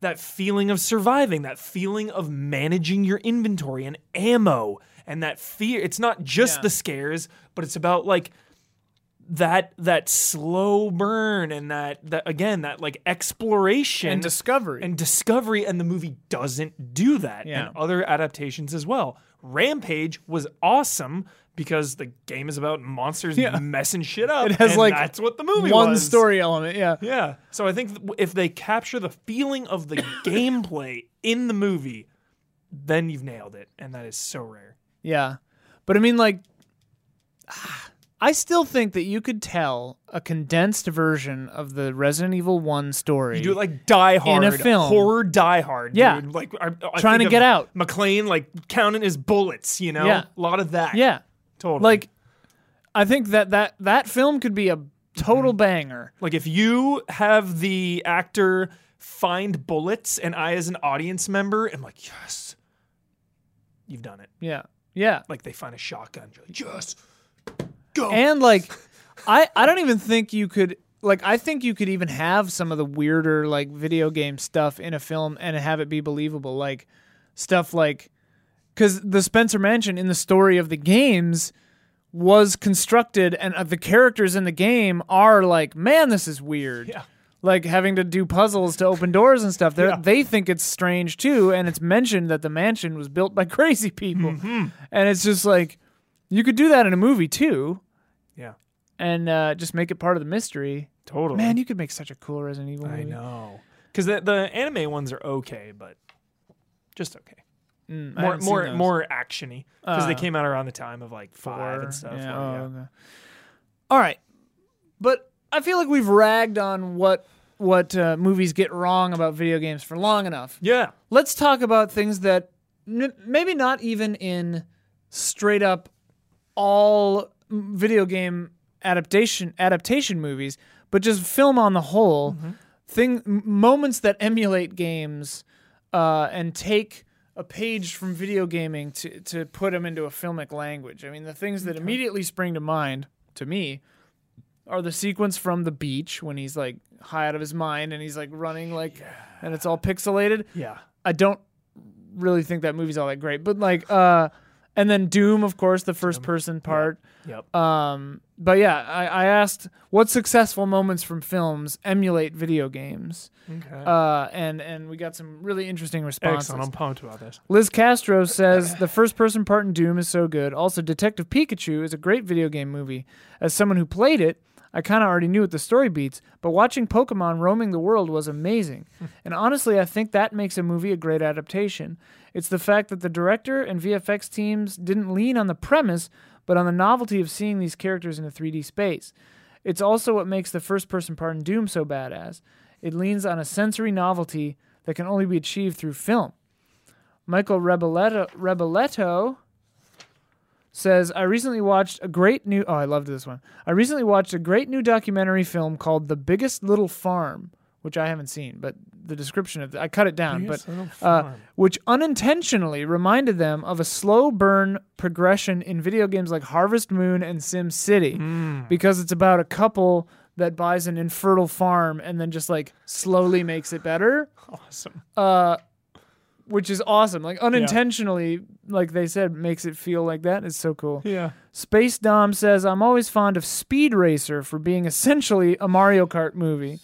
that feeling of surviving, that feeling of managing your inventory and ammo and that fear. It's not just
Yeah.
the scares, but it's about like that that slow burn and that that again that like exploration
And discovery.
and discovery and the movie doesn't do that
Yeah.
and other adaptations as well rampage was awesome because the game is about monsters
Yeah.
messing shit up
It has,
and
like,
that's what the movie
one
was.
story element. Yeah.
yeah so i think th- if they capture the feeling of
<coughs>
the gameplay in the movie then you've nailed it and that is so rare
Yeah. But I mean, like, ah, I still think that you could tell a condensed version of the Resident Evil 1 story.
You do it like Die Hard,
film.
horror Die Hard.
Yeah.
dude. like I, I think
Trying to
of
get out.
McLean like counting his bullets. You know,
Yeah.
a lot of that.
yeah.
totally.
Like, I think that that, that film could be a total banger.
like if you have the actor find bullets, and I as an audience member am like, yes, you've done it.
Yeah. Yeah.
Like they find a shotgun, you're like, yes, go.
And, like, I, I don't even think you could. Like I think you could even have some of the weirder like video game stuff in a film and have it be believable. Like stuff like because the Spencer Mansion in the story of the games was constructed, and uh, the characters in the game are like, man, this is weird.
Yeah.
Like having to do puzzles to open doors and stuff. They
Yeah.
are they think it's strange too, and it's mentioned that the mansion was built by <laughs> crazy people,
Mm-hmm.
and it's just like you could do that in a movie too,
yeah,
and uh, just make it part of the mystery.
totally.
Man, you could make such a cool Resident Evil movie.
I know because the, the anime ones are okay, but just okay.
Mm, I
more
haven't seen
more
those.
more actiony because
Uh,
they came out around the time of like five
Or-
and stuff.
yeah,
or-
oh,
yeah.
okay. All right, but I feel like we've ragged on what what uh, movies get wrong about video games for long enough.
Yeah.
Let's talk about things that n- maybe not even in straight up all m- video game adaptation adaptation movies, but just film on the whole. Thing m- moments that emulate games uh, and take a page from video gaming to to put them into a filmic language. I mean, the things that immediately spring to mind to me are the sequence from the beach when he's like high out of his mind and he's like running like and it's all pixelated.
Yeah.
I don't really think that movie's all that great, but like uh and then Doom, of course, the first person part.
Yep.
Um but yeah, I, I asked what successful moments from films emulate video games.
okay.
Uh and and we got some really interesting responses.
Excellent. I'm pumped about this.
Liz Castro says the first person part in Doom is so good. Also, Detective Pikachu is a great video game movie. As someone who played it, I kind of already knew what the story beats, but watching Pokemon roaming the world was amazing. and honestly, I think that makes a movie a great adaptation. It's the fact that the director and VFX teams didn't lean on the premise, but on the novelty of seeing these characters in a 3D space. It's also what makes the first person part in Doom so badass. It leans on a sensory novelty that can only be achieved through film. Michael Rebeletto, Rebeletto says, I recently watched a great new. Oh, I loved this one. I recently watched a great new documentary film called The Biggest Little Farm, which I haven't seen, but the description of the, I cut it down,
Biggest
but
Little
uh,
Farm.
which unintentionally reminded them of a slow burn progression in video games like Harvest Moon and Sim City,
Hmm.
because it's about a couple that buys an infertile farm and then just like slowly makes it better
Awesome.
uh, which is awesome. Like unintentionally, like they said, makes it feel like that. It's so cool.
Yeah.
Space Dom says, I'm always fond of Speed Racer for being essentially a Mario Kart movie.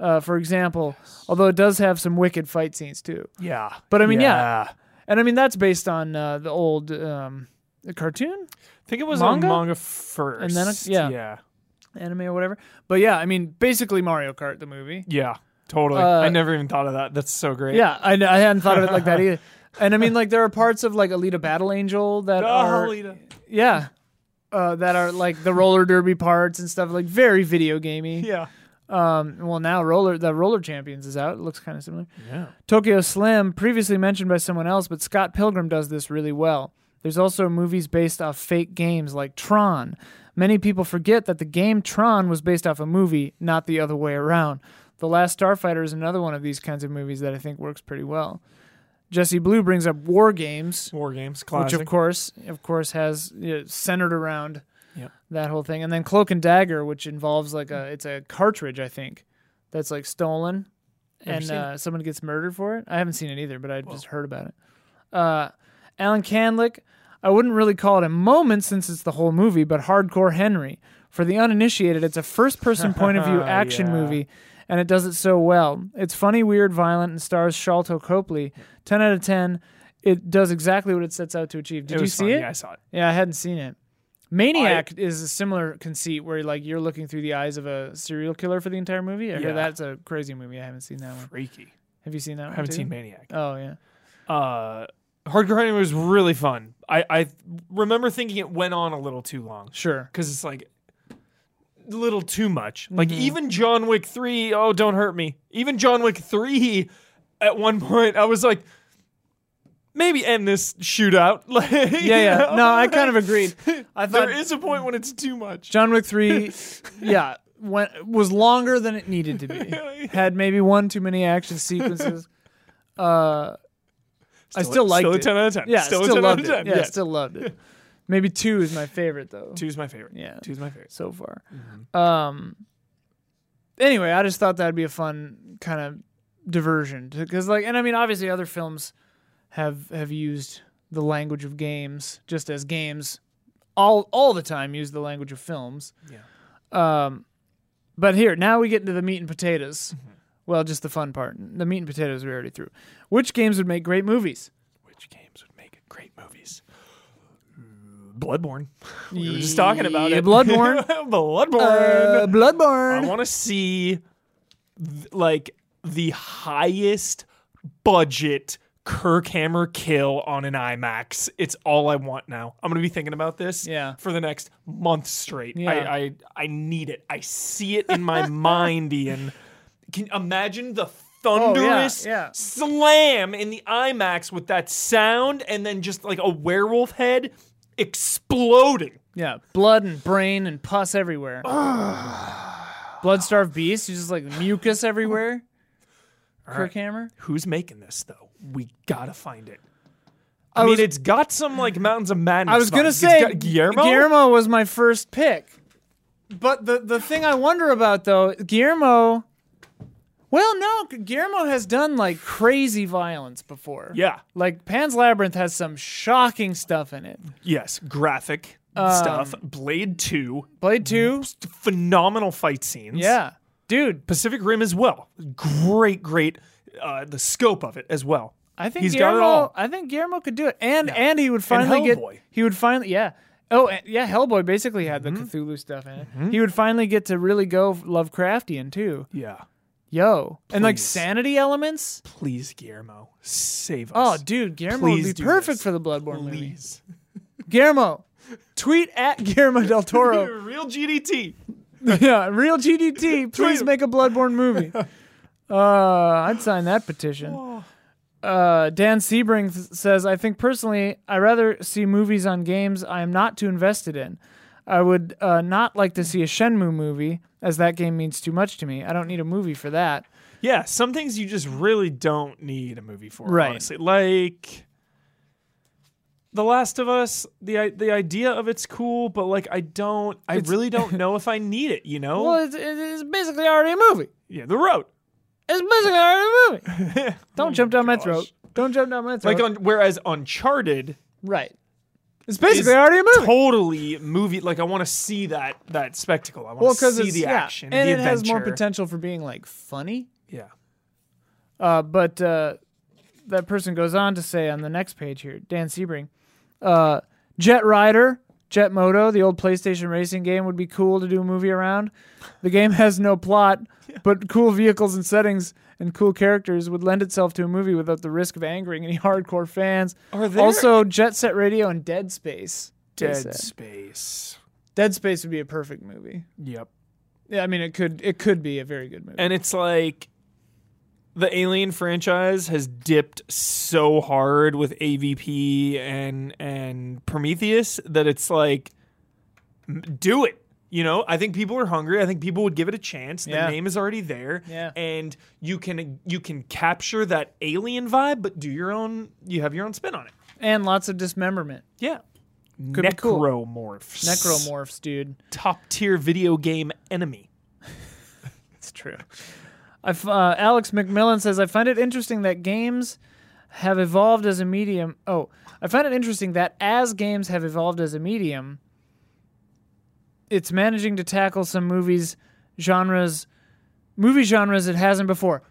Uh, for example, although it does have some wicked fight scenes too.
Yeah.
But I mean, yeah. And I mean, that's based on uh, the old um, the cartoon,
I think it was
Manga?
on manga first.
yeah.
Yeah.
anime, or whatever. But yeah, I mean, basically Mario Kart, the movie.
Yeah. Totally.
Uh,
I never even thought of that. That's so great.
Yeah, I, I hadn't thought of it like that either. And I mean, like there are parts of like Alita Battle Angel that
Oh,
are
Alita.
yeah, uh, that are like the roller derby parts and stuff like very video gamey.
Yeah.
Um, well, now roller the roller champions is out. It looks kind of similar.
Yeah.
Tokyo Slim, previously mentioned by someone else, but Scott Pilgrim does this really well. There's also movies based off fake games like Tron. Many people forget that the game Tron was based off a movie, not the other way around. The Last Starfighter is another one of these kinds of movies that I think works pretty well. Jesse Blue brings up War Games,
War games,
which
classic.
of course, of course, has you know, centered around
Yep.
that whole thing, and then Cloak and Dagger, which involves like a it's a cartridge, I think, that's like stolen,
Never
and
seen it.
uh, someone gets murdered for it. I haven't seen it either, but I just heard about it. Uh, Alan Canlick, I wouldn't really call it a moment since it's the whole movie, but Hardcore Henry. For the uninitiated, it's a first-person point of
<laughs>
view action
Yeah.
movie, and it does it so well. It's funny, weird, violent, and stars Shalto Copley. Ten out of ten. It does exactly what it sets out to achieve. Did
It
you
was
see
fun.
it?
Yeah, I saw it.
Yeah, I hadn't seen it. Maniac is a similar conceit where like you're looking through the eyes of a serial killer for the entire movie. I
Yeah.
hear that's a crazy movie. I haven't seen that one.
Freaky.
Have you seen that one?
I haven't
too?
seen Maniac.
Oh yeah.
Uh, Hardcore Henry was really fun. I, I remember thinking it went on a little too long
Sure.
because it's like a little too much. Like
Mm-hmm.
even John Wick 3, oh, don't hurt me. Even John Wick 3, at one point, I was like, maybe end this shootout. <laughs> Like,
Yeah,
<laughs>
yeah. No, I kind of agreed. I thought
There is a point when it's too much.
John Wick three, yeah, went was longer than it needed
<laughs>
to be. Had maybe one too many action sequences. Uh, I still liked
still a
it.
10 out of 10.
yeah,
still,
still
a 10
loved
out of 10.
it. Yeah,
yes.
still loved it. Maybe two is my favorite though.
Two's my favorite.
Yeah.
Two's my favorite.
so far. Um. Anyway, I just thought that'd be a fun kind of diversion because, like, and I mean, obviously, other films have have used the language of games just as games all all the time use the language of films.
Yeah.
Um, but here now we get into the meat and potatoes. Well, just the fun part. The meat and potatoes we already threw. Which games would make great movies?
Which games would make great movies? Bloodborne. We were just talking about
Yeah,
it. <laughs>
Bloodborne.
Bloodborne.
Uh, Bloodborne.
I want to see th- like the highest budget Kirk Hammer kill on an IMAX. It's all I want now. I'm gonna be thinking about this
Yeah.
for the next month straight.
Yeah.
I, I I need it. I see it in
<laughs>
my mind, Ian. Can you imagine the thunderous
Oh, yeah.
slam in the IMAX with that sound and then just like a werewolf head exploding.
Yeah, blood and brain and
<sighs>
pus everywhere. blood starved beast, who's just like mucus everywhere. Kirk Hammer.
Who's making this though? We gotta find it.
I
I, mean,
was-
it's got some like Mountains of Madness.
I was gonna
vibes. It's
say
got Guillermo.
Guillermo was my first pick, but the the thing I wonder about though, Guillermo. Well, no, Guillermo has done like crazy violence before.
Yeah.
like Pan's Labyrinth has some shocking stuff in it.
Yes. Graphic
Um,
stuff. Blade Two.
Blade Two.
Phenomenal fight scenes.
Yeah, dude,
Pacific Rim as well. Great, great. Uh, the scope of it as well.
I think
He's got it
Guillermo,
all.
I think Guillermo could do it, and and he would finally get
Hellboy.
he would finally yeah oh and- yeah Hellboy basically had the
Mm-hmm.
Cthulhu stuff in it. He would finally get to really go Lovecraftian too.
Yeah.
Yo, and like
Please.
sanity elements.
Please, Guillermo, save
Oh,
us.
dude, Guillermo
Please
would be
do
perfect
this.
for the Bloodborne movie.
please.
Guillermo, tweet at Guillermo
<laughs>
del Toro.
Real GDT.
<laughs> yeah,
<laughs>
real GDT. Please
him.
make a Bloodborne
<laughs>
movie. Uh, I'd sign that petition.
Oh.
uh, Dan Sebring th- says, I think personally, I rather see movies on games I am not too invested in. I would uh, not like to see a Shenmue movie, as that game means too much to me. I don't need a movie for that.
Yeah, some things you just really don't need a movie for,
Right.
honestly. Like The Last of Us, the i- the idea of it's cool, but like I don't I really
<laughs>
don't know if I need it, you know?
Well, it's, it's basically already a movie.
yeah, The Road.
It's basically already a movie.
<laughs>
Don't jump down my
gosh.
throat. Don't jump down my throat.
Like on whereas Uncharted
right. It's
is
basically already a movie.
totally movie like I want to see that that spectacle. I want
well,
to see
it's
the
yeah,
action,
and
the
it has more
adventure. Mm-hmm.
potential for being like funny.
Yeah.
Uh, but uh, that person goes on to say on the next page here, Dan Sebring, uh, Jet Rider, Jet Moto, the old PlayStation racing game, would be cool to do a movie around. The game has
<laughs>
no plot, but cool vehicles and settings and cool characters would lend itself to a movie without the risk of angering any <laughs> hardcore fans.
Are Oh, there-
also Jet Set Radio and Dead Space? they
Dead
said.
Space.
Dead Space would be a perfect movie.
Yep.
Yeah, I mean it could it could be a very good movie.
And it's like the Alien franchise has dipped so hard with AVP and and Prometheus that it's like m- do it. You know, I think people are hungry. I think people would give it a chance. The
Yeah.
name is already there,
Yeah.
and you can you can capture that alien vibe, but do your own. You have your own spin on it.
and lots of dismemberment.
Yeah,
Could be cool.
necromorphs,
Necromorphs, dude.
top tier video game enemy.
It's true. I f- uh, Alex McMillan says, I find it interesting that games have evolved as a medium. Oh, I find it interesting that as games have evolved as a medium, it's managing to tackle some movies, genres, movie genres it hasn't before.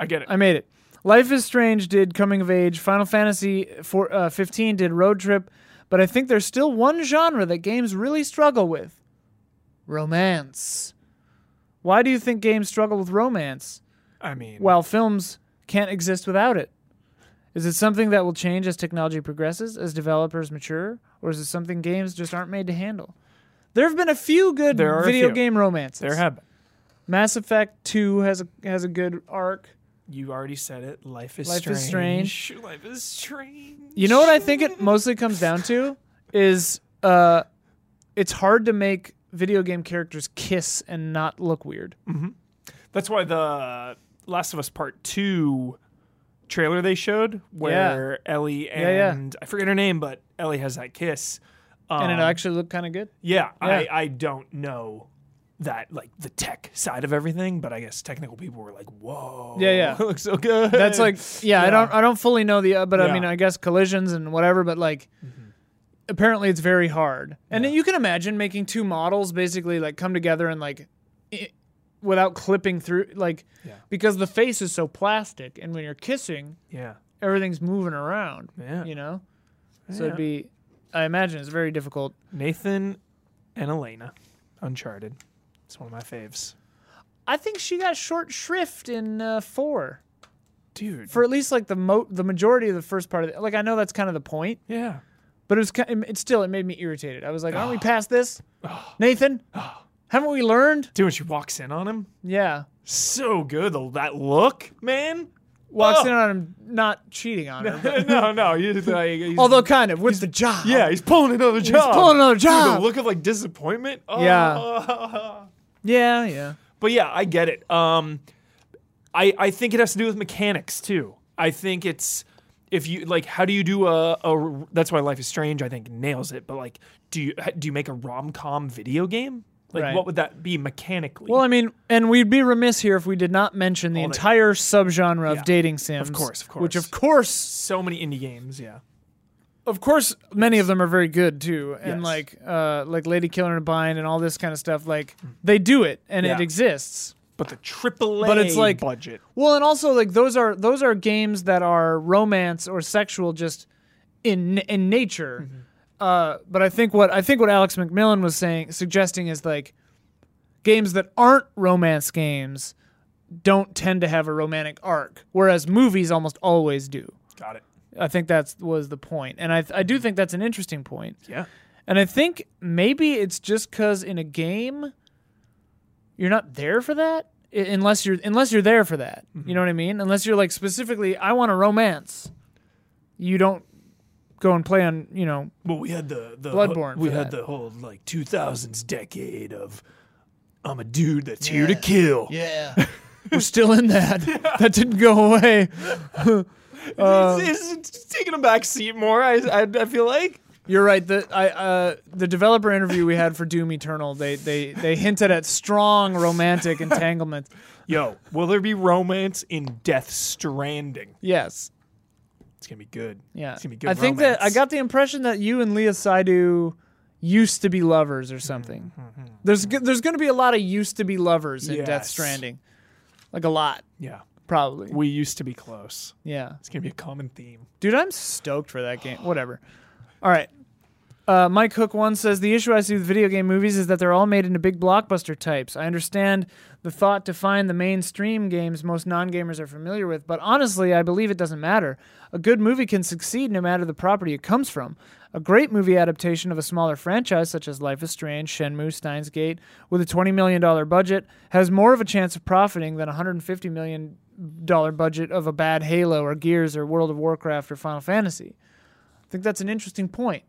I get it.
I made it. Life is Strange did Coming of Age. Final Fantasy for, uh, 15 did Road Trip. But I think there's still one genre that games really struggle with romance. Why do you think games struggle with romance
I mean,
while films can't exist without it? Is it something that will change as technology progresses, as developers mature, or is it something games just aren't made to handle? There have been a few good
There are a
video
few.
game romances.
there have
Mass Effect 2 has a, has a good arc.
You already said it. Life is
Life
strange. <laughs>
is
Life is strange.
You know what I think it mostly comes down to is uh, it's hard to make video game characters kiss and not look weird.
That's why the Last of Us Part Two trailer they showed, where Ellie
yeah.
and I forget her name, but Ellie has that kiss. Um,
and it actually looked kind of good.
yeah, I,
yeah.
I don't know that like the tech side of everything, but I guess technical people were like, "Whoa,
Yeah, yeah.
it <laughs> looks so good."
That's like yeah, I
Yeah.
don't I don't fully know the uh, but I
Yeah. Mm-hmm.
mean I guess collisions and whatever but like apparently it's very hard. And you can imagine making two models basically like come together and like i without clipping through like
Yeah.
because the face is so plastic and when you're kissing
yeah,
everything's moving around.
Yeah.
You know? So it'd be I imagine it's very difficult.
Nathan and Elena, Uncharted. It's one of my faves,
I think she got short shrift in uh, four.
dude.
For at least like the mo- the majority of the first part of it. Like I know that's kind of the point,
yeah,
but it was ki it still it made me irritated. I was
<sighs>
like, aren't we past this, Nathan? Haven't we learned?
dude, when she walks in on him,
Yeah,
so good. The, that look, man.
walks
Oh.
in on him, not cheating
<laughs>
on her.
no, no. He's like, he's,
Although kind of with the job.
yeah, he's pulling another job.
pulling another
Dude,
job.
the look of like disappointment. Oh.
Yeah. yeah, yeah.
But yeah, I get it. Um, I I think it has to do with mechanics too. I think it's if you like, how do you do a, a that's why Life is Strange I think nails it. But like, do you do you make a rom com video game? Like,
Right.
what would that be mechanically?
Well, I mean, and we'd be remiss here if we did not mention the
All that-
entire subgenre of
Yeah.
dating sims.
Of course, of
Which,
course.
of course,
so many indie games. Yeah,
of course, many of them are very good too, and
Yes.
like, uh, like Lady Killer and Bind and all this kind of stuff. Like, they do it, and it
Yeah.
exists.
but the AAA
But it's like-
budget.
Well, and also like those are those are games that are romance or sexual just in in nature.
Mm-hmm.
Uh, but I think what I think what Alex McMillan was saying suggesting is like games that aren't romance games don't tend to have a romantic arc, whereas movies almost always do.
Got it.
I think that was the point, and I I do think that's an interesting point.
Yeah.
And I think maybe it's just because in a game, you're not there for that I- unless you're unless you're there for that. You know what I mean? Unless you're like specifically, I want a romance. You don't go and play on. You know,
Well, we had the, the
Bloodborne
We
for
had
that.
the whole like 2000s decade of I'm a dude that's here to kill.
yeah, <laughs> we're still in that. That didn't go away. Um,
it's, it's, it's taking a back seat more. I, I I feel like
You're right. The I uh, the developer interview we had for Doom Eternal, they they they hinted at strong romantic entanglement.
yo, will there be romance in Death Stranding?
Yes.
It's gonna be good.
Yeah.
it's gonna be good.
I think that I
romance.
got the impression that you and Leah Saidu used to be lovers or something.
Mm-hmm,
There's g- there's going to be a lot of used to be lovers in Death
Yes.
Stranding. Like a lot,
Yeah,
probably.
we used to be close.
Yeah.
It's gonna be a common theme.
Dude, I'm stoked for that game. Whatever. All right. Uh, Mike Hook one says the issue I see with video game movies is that they're all made into big blockbuster types. I understand the thought to find the mainstream games most non-gamers are familiar with, but honestly, I believe it doesn't matter. A good movie can succeed no matter the property it comes from. A great movie adaptation of a smaller franchise such as Life is Strange, Shenmue, Steins Gate, with a $20 million budget, has more of a chance of profiting than a $150 million budget of a bad Halo or Gears or World of Warcraft or Final Fantasy. I think that's an interesting point.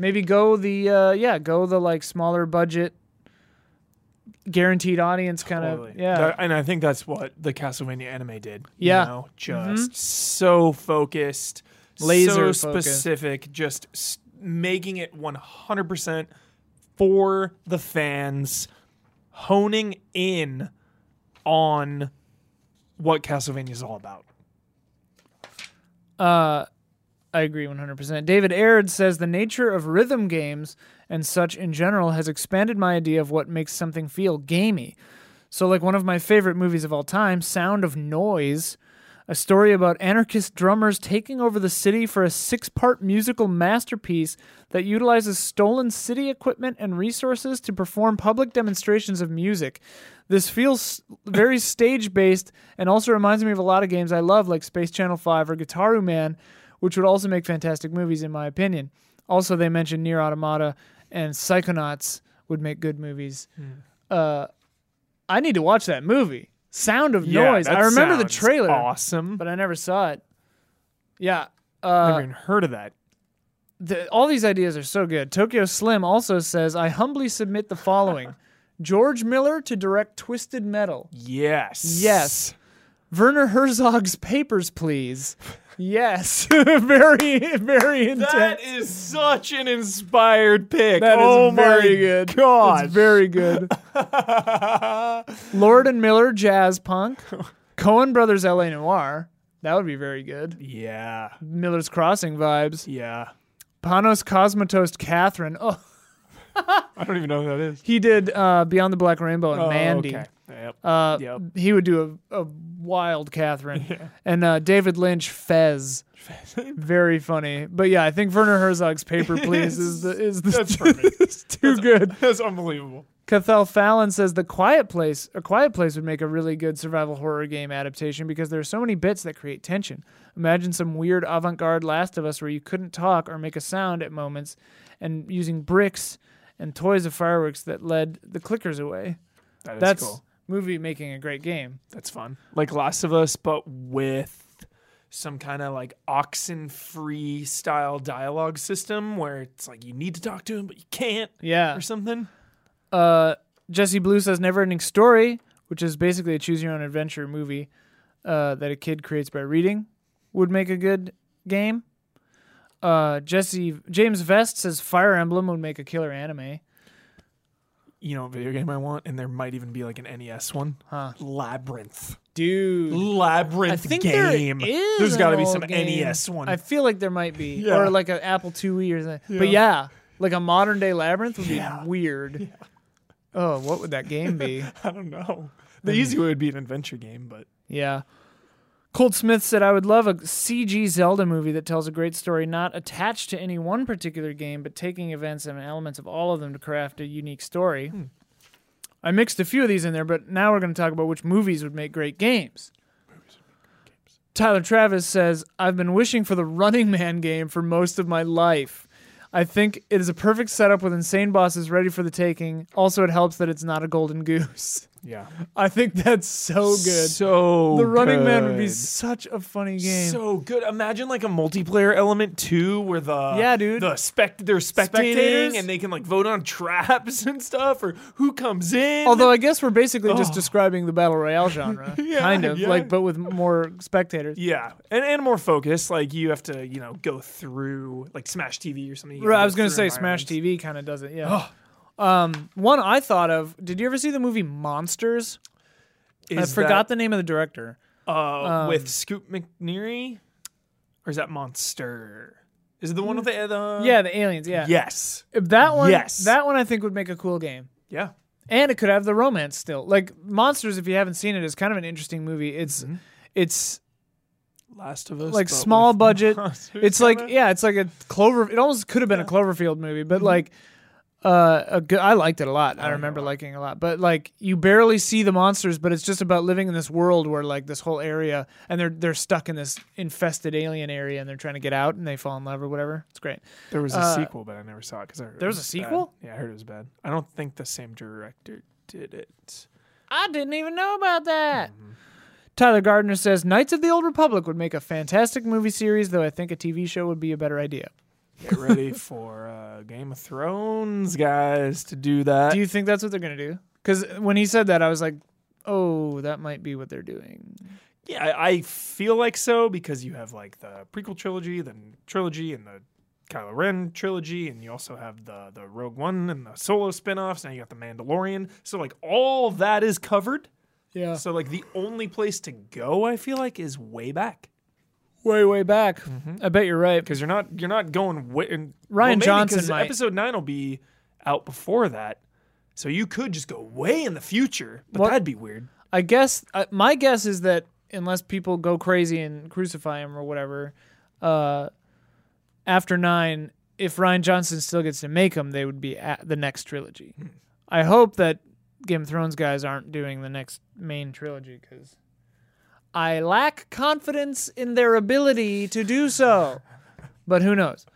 Maybe go the uh, yeah, go the like smaller budget, guaranteed audience kind
Totally.
of yeah.
That- and I think that's what the Castlevania anime did. you
Yeah. Mm-hmm.
know? just so focused,
Laser
so
focused.
specific, just s- making it one hundred percent for the fans, honing in on what Castlevania is all about.
Uh, I agree 100%. David Aird says the nature of rhythm games and such in general has expanded my idea of what makes something feel gamey. So, like one of my favorite movies of all time, Sound of Noise, a story about anarchist drummers taking over the city for a six part musical masterpiece that utilizes stolen city equipment and resources to perform public demonstrations of music. This feels very <laughs> stage based and also reminds me of a lot of games I love, like Space Channel 5 or Guitaru Man, which would also make fantastic movies, in my opinion. Also, they mentioned Near Automata and Psychonauts would make good movies.
Hmm.
Uh, I need to watch that movie. Sound of
Yeah,
Noise.
that
I remember the
sounds
trailer
Awesome.
but I never saw it. Yeah.
I've
Uh,
never even heard of that.
the, all these ideas are so good. Tokyo Slim also says, I humbly submit
<laughs>
the following George Miller to direct Twisted Metal.
Yes.
Yes. Werner Herzog's Papers, Please. Yes. <laughs> very, very intense.
That is such an inspired pick.
That is
oh
very
my
good.
God.
It's
<laughs>
very good. Lord and Miller, Jazz Punk. Cohen Brothers, LA Noir. That would be very good.
yeah.
Miller's Crossing vibes.
Yeah.
Panos Cosmatos, Catherine. Oh,
I don't even know who that is.
He did uh, Beyond the Black Rainbow and
Oh,
Mandy.
okay. Yep.
Uh, <laughs>
Yep.
He would do a, a
<laughs>
wild Catherine. And uh, David Lynch, Fez. Very funny. But yeah, I think Werner Herzog's
<laughs>
Paper Please is the, is the <laughs>
That's perfect.
it's too good.
<laughs> That's unbelievable.
Cathal Fallon says The Quiet Place, A Quiet Place would make a really good survival horror game adaptation because there are so many bits that create tension. Imagine some weird avant-garde Last of Us where you couldn't talk or make a sound at moments and using bricks and toys of fireworks that led the clickers away.
That is
That's
cool.
movie making a great game.
That's fun. Like Last of Us, but with some kind of like oxen free style dialogue system where it's like you need to talk to him but you can't
Yeah.
or something.
Uh, Jesse Blue says Never Ending Story, which is basically a choose your own adventure movie uh, that a kid creates by reading, would make a good game. Uh, Jesse James Vest says Fire Emblem would make a killer anime.
You know, what video game I want, and there might even be like an NES one.
Huh.
Labyrinth.
Dude.
Labyrinth
I think
game.
there is.
There's got to
an
be
old
some
game.
NES one.
I feel like there might be,
Yeah.
or like an Apple IIe or something. But yeah, like a modern day labyrinth would
Yeah.
be weird. Oh, what would that
<laughs>
game be?
<laughs> I don't know. The easy way would be an adventure game, but
Yeah. Colt Smith said, I would love a CG Zelda movie that tells a great story not attached to any one particular game, but taking events and elements of all of them to craft a unique story. I mixed a few of these in there, but now we're going to talk about which movies would make great games. Tyler Travis says, I've been wishing for the Running Man game for most of my life. I think it is a perfect setup with insane bosses ready for the taking. Also, it helps that it's not a golden goose. <laughs>
yeah,
I think that's so good.
So
The Running Man would be
good.
such a funny game.
so good. Imagine like a multiplayer element too, where the
Yeah, dude.
the spect they're
Spectators?
spectating and they can like vote on traps <laughs> and stuff or who comes in.
Although I guess we're basically just
Oh.
describing the battle royale <laughs> genre,
Yeah,
kind of
yeah.
like, but with more spectators.
yeah, and and more focus. Like you have to you know go through like Smash TV or something. You
Right,
can
I
go
was gonna
through
say Smash
environments.
TV kind of does it. Yeah. Um, one I thought of. Did you ever see the movie Monsters?
Is
I forgot um, the name of the director.
that, uh, with Scoop McNeary, or is that Monster? Is it the one with the, the
Yeah, the aliens. Yeah.
Yes.
If That one.
Yes.
That one I think would make a cool game.
Yeah.
and it could have the romance Mm-hmm. still. Like Monsters, if you haven't seen it, is kind of an interesting movie. It's it's
Last of Us,
like
but
small
with <laughs>
budget.
monsters
It's
in
like
it.
yeah, it's like a Clover. It almost could have been a Cloverfield movie, but like uh, a good. I liked it a lot. Mm-hmm. I, remember liking it a lot. But like you barely see the monsters, but it's just about living in this world where like this whole area, and they're they're stuck in this infested alien area, and they're trying to get out, and they fall in love or whatever. It's great.
there was a
uh,
sequel, but I never saw it because
there was a sequel?
Yeah, I heard it was bad. I don't think the same director did
<laughs>
it.
I didn't even know about that. Mm-hmm. Tyler Gardner says Knights of the Old Republic would make a fantastic movie series, though I think a TV show would be a better idea.
Get ready for uh, Game of Thrones guys to do that.
Do you think that's what they're gonna do? Because when he said that, I was like, "Oh, that might be what they're doing."
yeah, I, I feel like so because you have like the prequel trilogy, the trilogy, and the Kylo Ren trilogy, and you also have the the Rogue One and the Solo spinoffs. Now you got the Mandalorian. So like all that is covered.
Yeah,
So like the only place to go, I feel like, is way back
way way back. Mm-hmm. I bet you're right.
because you're not you're not going. Way, and,
Ryan
maybe
Johnson
'cause
might.
episode nine will be out before that, so you could just go way in the future, but
What-
that'd be weird.
I guess uh, my guess is that unless people go crazy and crucify him or whatever, uh, after nine, if Ryan Johnson still gets to make them, they would be at the next trilogy.
Hmm.
I hope that Game of Thrones guys aren't doing the next main trilogy because I lack confidence in their ability to do so. But who knows?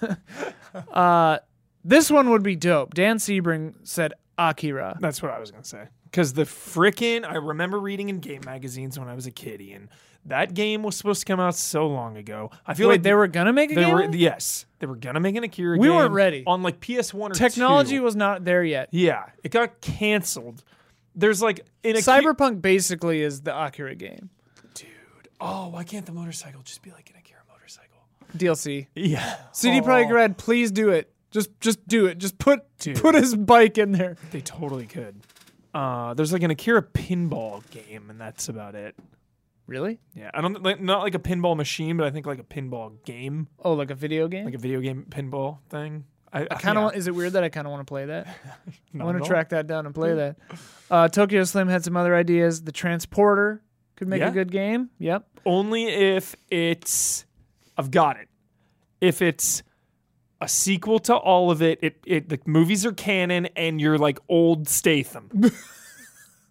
<laughs> uh, this one would be dope. Dan Sebring said Akira.
That's what I was gonna say. Because the frickin' I remember reading in game magazines when I was a kid, Ian. That game was supposed to come out so long ago. I feel
Wait,
like
they were gonna make a
they
game.
were
of it?
yes, they were gonna make an Akira.
We
game
weren't ready.
on like PS One or
Technology
2.
was not there yet.
Yeah, it got canceled. There's like in a
Cyberpunk basically is the Akira game
dude. Oh, why can't the motorcycle just be like an Akira motorcycle?
DLC.
<laughs> Yeah,
CD Projekt
Oh,
Red, please do it. Just, just do it. Just put,
Dude.
put his bike in there.
They totally could. Uh, there's like an Akira pinball game, and that's about it.
Really?
Yeah, I don't like not like a pinball machine, but I think like a pinball game.
Oh, like a video game.
like a video game pinball thing. I,
I kind of want. Is it weird that I kind of want to
<laughs>
play that? I want
at
to
all.
track that down and play that. Uh, Tokyo Slim had some other ideas. The Transporter could make
Yeah.
a good game. Yep.
<laughs> only if it's. I've got it. If it's a sequel to all of it, it, it the movies are canon, and you're like old
<laughs>
Statham.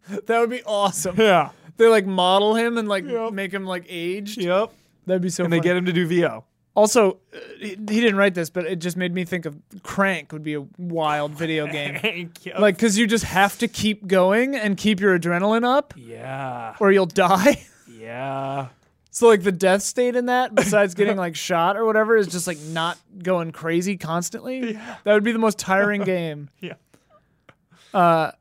That would be awesome.
yeah.
they like model him and like
Yep.
make him like aged.
Yep.
That'd be so.
And they
funny.
get him to do VO.
Also, uh, he he didn't write this, but it just made me think of Crank would be a wild video
<laughs>
game.
Yep.
Like, because you just have to keep going and keep your adrenaline up,
Yeah.
or you'll die. <laughs>
Yeah.
So, like, the death state in that, besides
<laughs>
getting like shot or whatever, is just like not going crazy constantly. That would be the most
<laughs>
tiring game. Uh,
Yeah.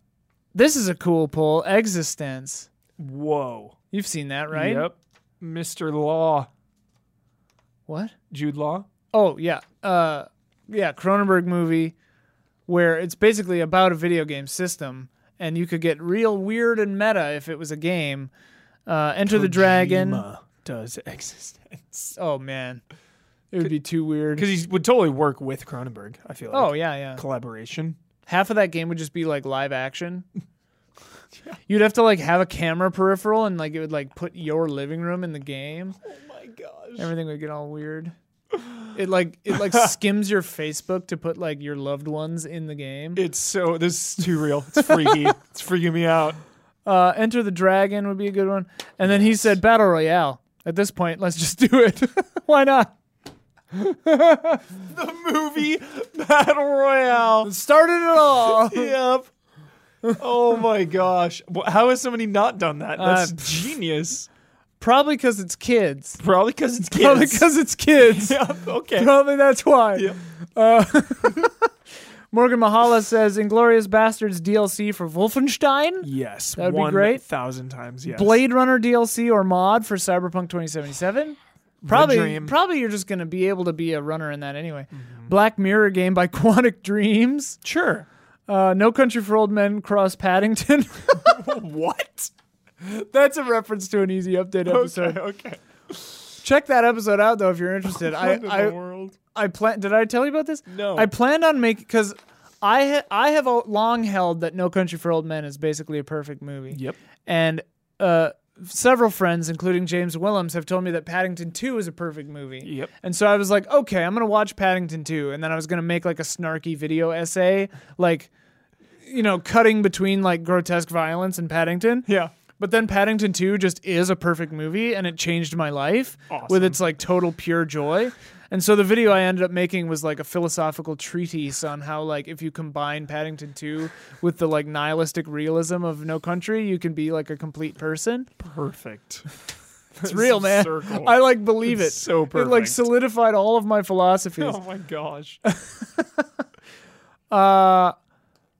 This is a cool pull. Existence.
Whoa.
You've seen that, right?
Yep. Mr. Law,
What?
Jude Law.
Oh yeah, uh, yeah, Cronenberg movie, where it's basically about a video game system, and you could get real weird and meta if it was a game. Uh, Enter the Dragon.
Kojima does <laughs> existence
Oh man, it would be too weird.
because he would totally work with Cronenberg. I feel like
Oh yeah, yeah.
collaboration.
Half of that game would just be like live action. You'd have to like have a camera peripheral, and like it would like put your living room in the game.
Oh my gosh.
Everything would get all weird. It like it like skims your Facebook to put like your loved ones in the game.
It's so this is too real. It's <laughs> freaky. it's freaking me out.
Uh, Enter the Dragon would be a good one. And then he said Battle Royale. At this point, let's just do it. <laughs> Why not?
The movie Battle Royale.
Started it all.
Yep. Oh my gosh. Wh- How has somebody not done that? That's
Uh,
genius.
Probably because it's kids.
Probably because it's kids.
Probably because it's
<laughs>
kids.
Yep, okay.
Probably that's why.
Yep.
Uh, Morgan Mahala says Inglorious Bastards DLC for Wolfenstein,
Yes.
That'd be great.
Thousand times yes.
Blade Runner DLC or mod for Cyberpunk 2077. Probably,
Dream. Mm-hmm.
probably you're just gonna be able to be a runner in that anyway. Black Mirror game by <laughs> Quantic Dreams.
Sure.
Uh, no Country for Old Men cross Paddington. <laughs>
What?
That's a reference to an easy update episode.
Okay. Okay.
Check that episode out though if you're
<laughs>
interested. I
What in the
I,
world.
I plan. Did I tell you about this?
No.
I planned on making because I ha- I have al- long held that No Country for Old Men is basically a perfect movie.
Yep.
And uh, several friends, including James Willems, have told me that Paddington 2 is a perfect movie.
Yep.
And so I was like, okay, I'm going to watch Paddington 2. And then I was going to make like a snarky video essay, like, you know, cutting between like grotesque violence and Paddington.
Yeah.
But then Paddington 2 just is a perfect movie and it changed my life with
Awesome.
its like total pure joy. And so the video I ended up making was like a philosophical treatise on how like if you combine Paddington 2 with the like nihilistic realism of No Country, you can be like a complete person.
<laughs> Perfect.
It's real, man.
Circle.
I like believe
It's
it.
so
It like
perfect.
solidified all of my philosophies.
oh my gosh.
Uh,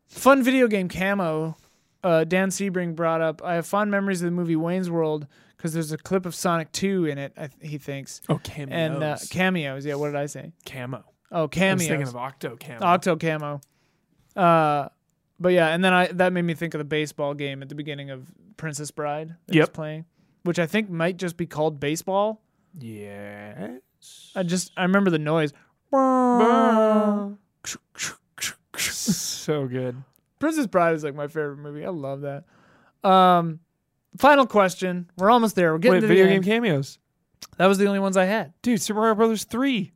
fun video game camo. Uh, Dan Sebring brought up. I have fond memories of the movie Wayne's World because there's a clip of Sonic 2 in it. I th- he thinks
<laughs> Oh, cameos.
and uh, cameos. Yeah, what did I say?
camo.
Oh,
I was thinking
cameos.
of octo camo.
Octo camo. Uh, but yeah, and then I that made me think of the baseball game at the beginning of Princess Bride. That was
Yep.
playing, which I think might just be called baseball.
yeah.
I just I remember the noise.
so good.
Princess Bride is like my favorite movie. I love that. Um, final question. We're almost there. We're getting
Wait,
to
video
the
game
end.
cameos.
That was the only ones I had.
Dude, Super Mario Brothers 3.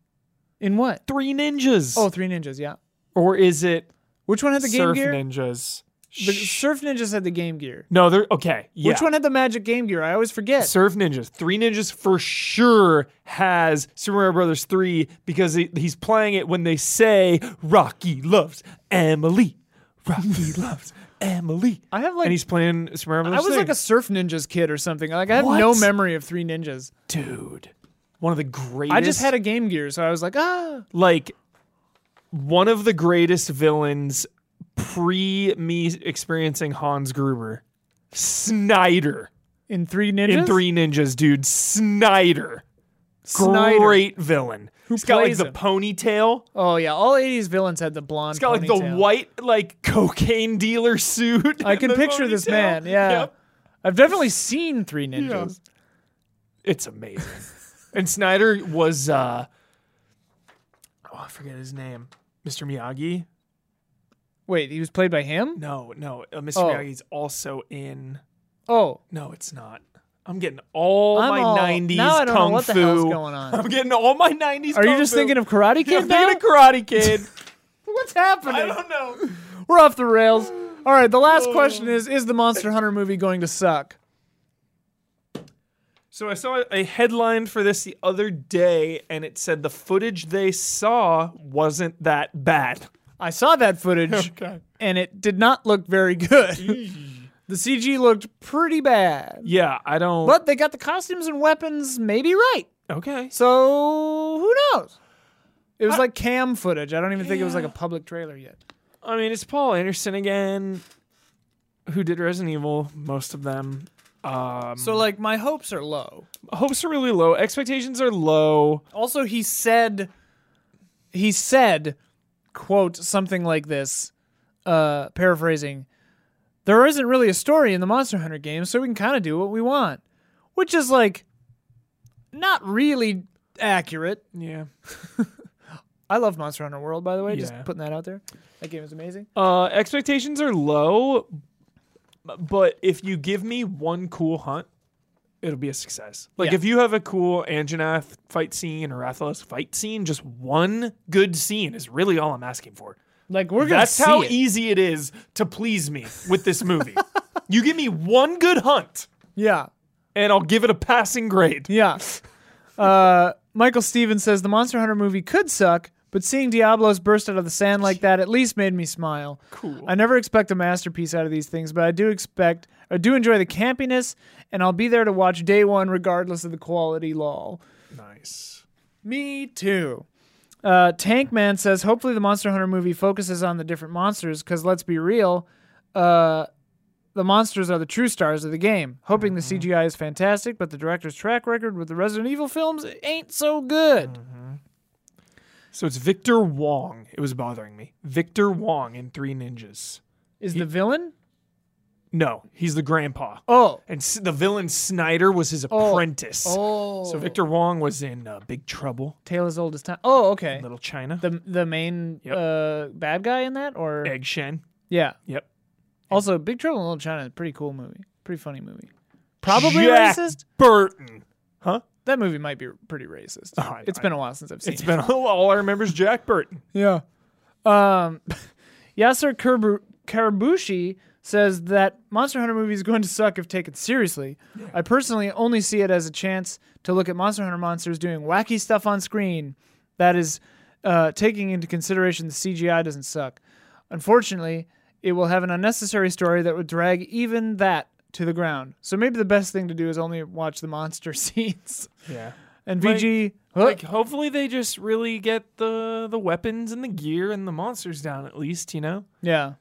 In what?
Three ninjas.
Oh, Three Ninjas. Yeah.
Or is it
Which one had the
Surf
Game Gear?
Ninjas?
The
Shh.
Surf Ninjas had the Game Gear.
no, they're okay. Yeah.
Which one had the Magic Game Gear? I always forget.
Surf Ninjas. Three Ninjas for sure has Super Mario Brothers 3 because he, he's playing it when they say Rocky loves Emily.
<laughs>
Rocky loves Emily.
I have like
and he's playing Super Mario
I
Brothers
was
3.
like a Surf Ninjas kid or something. Like I have no
What?
memory of Three Ninjas.
dude. One of the greatest.
I just had a Game Gear, so I was like, ah.
like one of the greatest villains pre me experiencing Hans Gruber. Snyder
In Three Ninjas.
in Three Ninjas, dude. Snyder.
Snyder.
Great villain. Who's got like
plays
the
him?
ponytail.
Oh yeah, all '80s villains had the blonde.
He's got like the
ponytail.
white like <laughs> cocaine dealer suit.
I
and
can
the
picture this
ponytail.
man.
<laughs>
Yeah.
Yep.
I've definitely seen Three Ninjas.
It's amazing. and Snyder was uh oh, I forget his name. Mr. Miyagi?
Wait, he was played by him?
No, no. Uh, Mr.
Oh.
Miyagi's also in
Oh,
No, it's not. I'm getting all
I'm
my
all-
90s
now I don't know
kung
what the
fu.
hell's going
<laughs>
on.
I'm getting all my 90s
are you
kung
just
fu.
thinking of Karate
Yeah,
Kid
I'm
now?
thinking of Karate
<laughs>
Kid.
What's
I
happening?
don't Oh. know.
We're off
<sighs>
the rails. All right, the last question is Is the Monster Hunter movie going to suck?
So I saw a headline for this the other day, and it said the footage they saw wasn't that bad.
I saw that
<laughs>
footage
Okay.
and it did not look very
<laughs>
good. the CG looked pretty bad,
Yeah, I don't.
but they got the costumes and weapons maybe right.
Okay.
So who knows? It was like cam footage. I don't even think it was like a
Yeah.
public trailer yet.
I mean, it's Paul Anderson again, who did Resident Evil, most of them. Um,
So, like, my hopes are low.
hopes are really low, expectations are low.
Also, he said, he said, quote, something like this, uh, paraphrasing, there isn't really a story in the Monster Hunter game, so we can kind of do what we want. Which is like, not really accurate.
Yeah.
I love Monster Hunter World, by the way, just
Yeah.
putting that out there. That game is amazing.
Uh, expectations are low, but if you give me one cool hunt, it'll be a success. Like
Yeah.
if you have a cool Anjanath fight scene or Rathalos fight scene, just one good scene is really all I'm asking for.
Like, we're going to
That's
see
how
it.
easy it is to please me with this movie.
<laughs>
you give me one good hunt,
yeah.
and I'll give it a passing grade.
Yeah. Uh, Michael Stevens says the Monster Hunter movie could suck, but seeing Diablos burst out of the sand like that at least made me smile.
Cool.
I never expect a masterpiece out of these things, but I do expect, I do enjoy the campiness, and I'll be there to watch day one regardless of the quality. Lol.
Nice.
Me too. Uh, Tank Man says, hopefully the Monster Hunter movie focuses on the different monsters, because let's be real, uh, the monsters are the true stars of the game. Hoping the CGI is fantastic, but the director's track record with the Resident Evil films ain't so good.
So it's Victor Wong. It was bothering me. Victor Wong in Three Ninjas.
Is the villain?
No, he's the grandpa.
Oh.
And s- the villain Snyder was his
Oh.
apprentice.
Oh.
So Victor Wong was in uh, Big Trouble,
Tale as old as time. Oh, okay.
Little China,
The the main
Yep.
uh, bad guy in that, or
Egg Shen.
yeah.
Yep.
Also, Big Trouble in Little China is a pretty cool movie, pretty funny movie. Probably
Jack
racist.
Burton. Huh?
That movie might be pretty racist.
Oh, I-
it's been a while since I've seen
It's
it.
been <laughs> all I remember is Jack Burton.
Yeah. Um, <laughs> Yasser Karabu- Karabushi says that Monster Hunter movie is going to suck if taken seriously. I personally only see it as a chance to look at Monster Hunter monsters doing wacky stuff on screen. That is uh, taking into consideration the CGI doesn't suck. Unfortunately, it will have an unnecessary story that would drag even that to the ground. So maybe the best thing to do is only watch the monster <laughs> scenes.
Yeah.
And
Like-
VG,
Like hopefully they just really get the the weapons and the gear and the monsters down at least, you know?
yeah.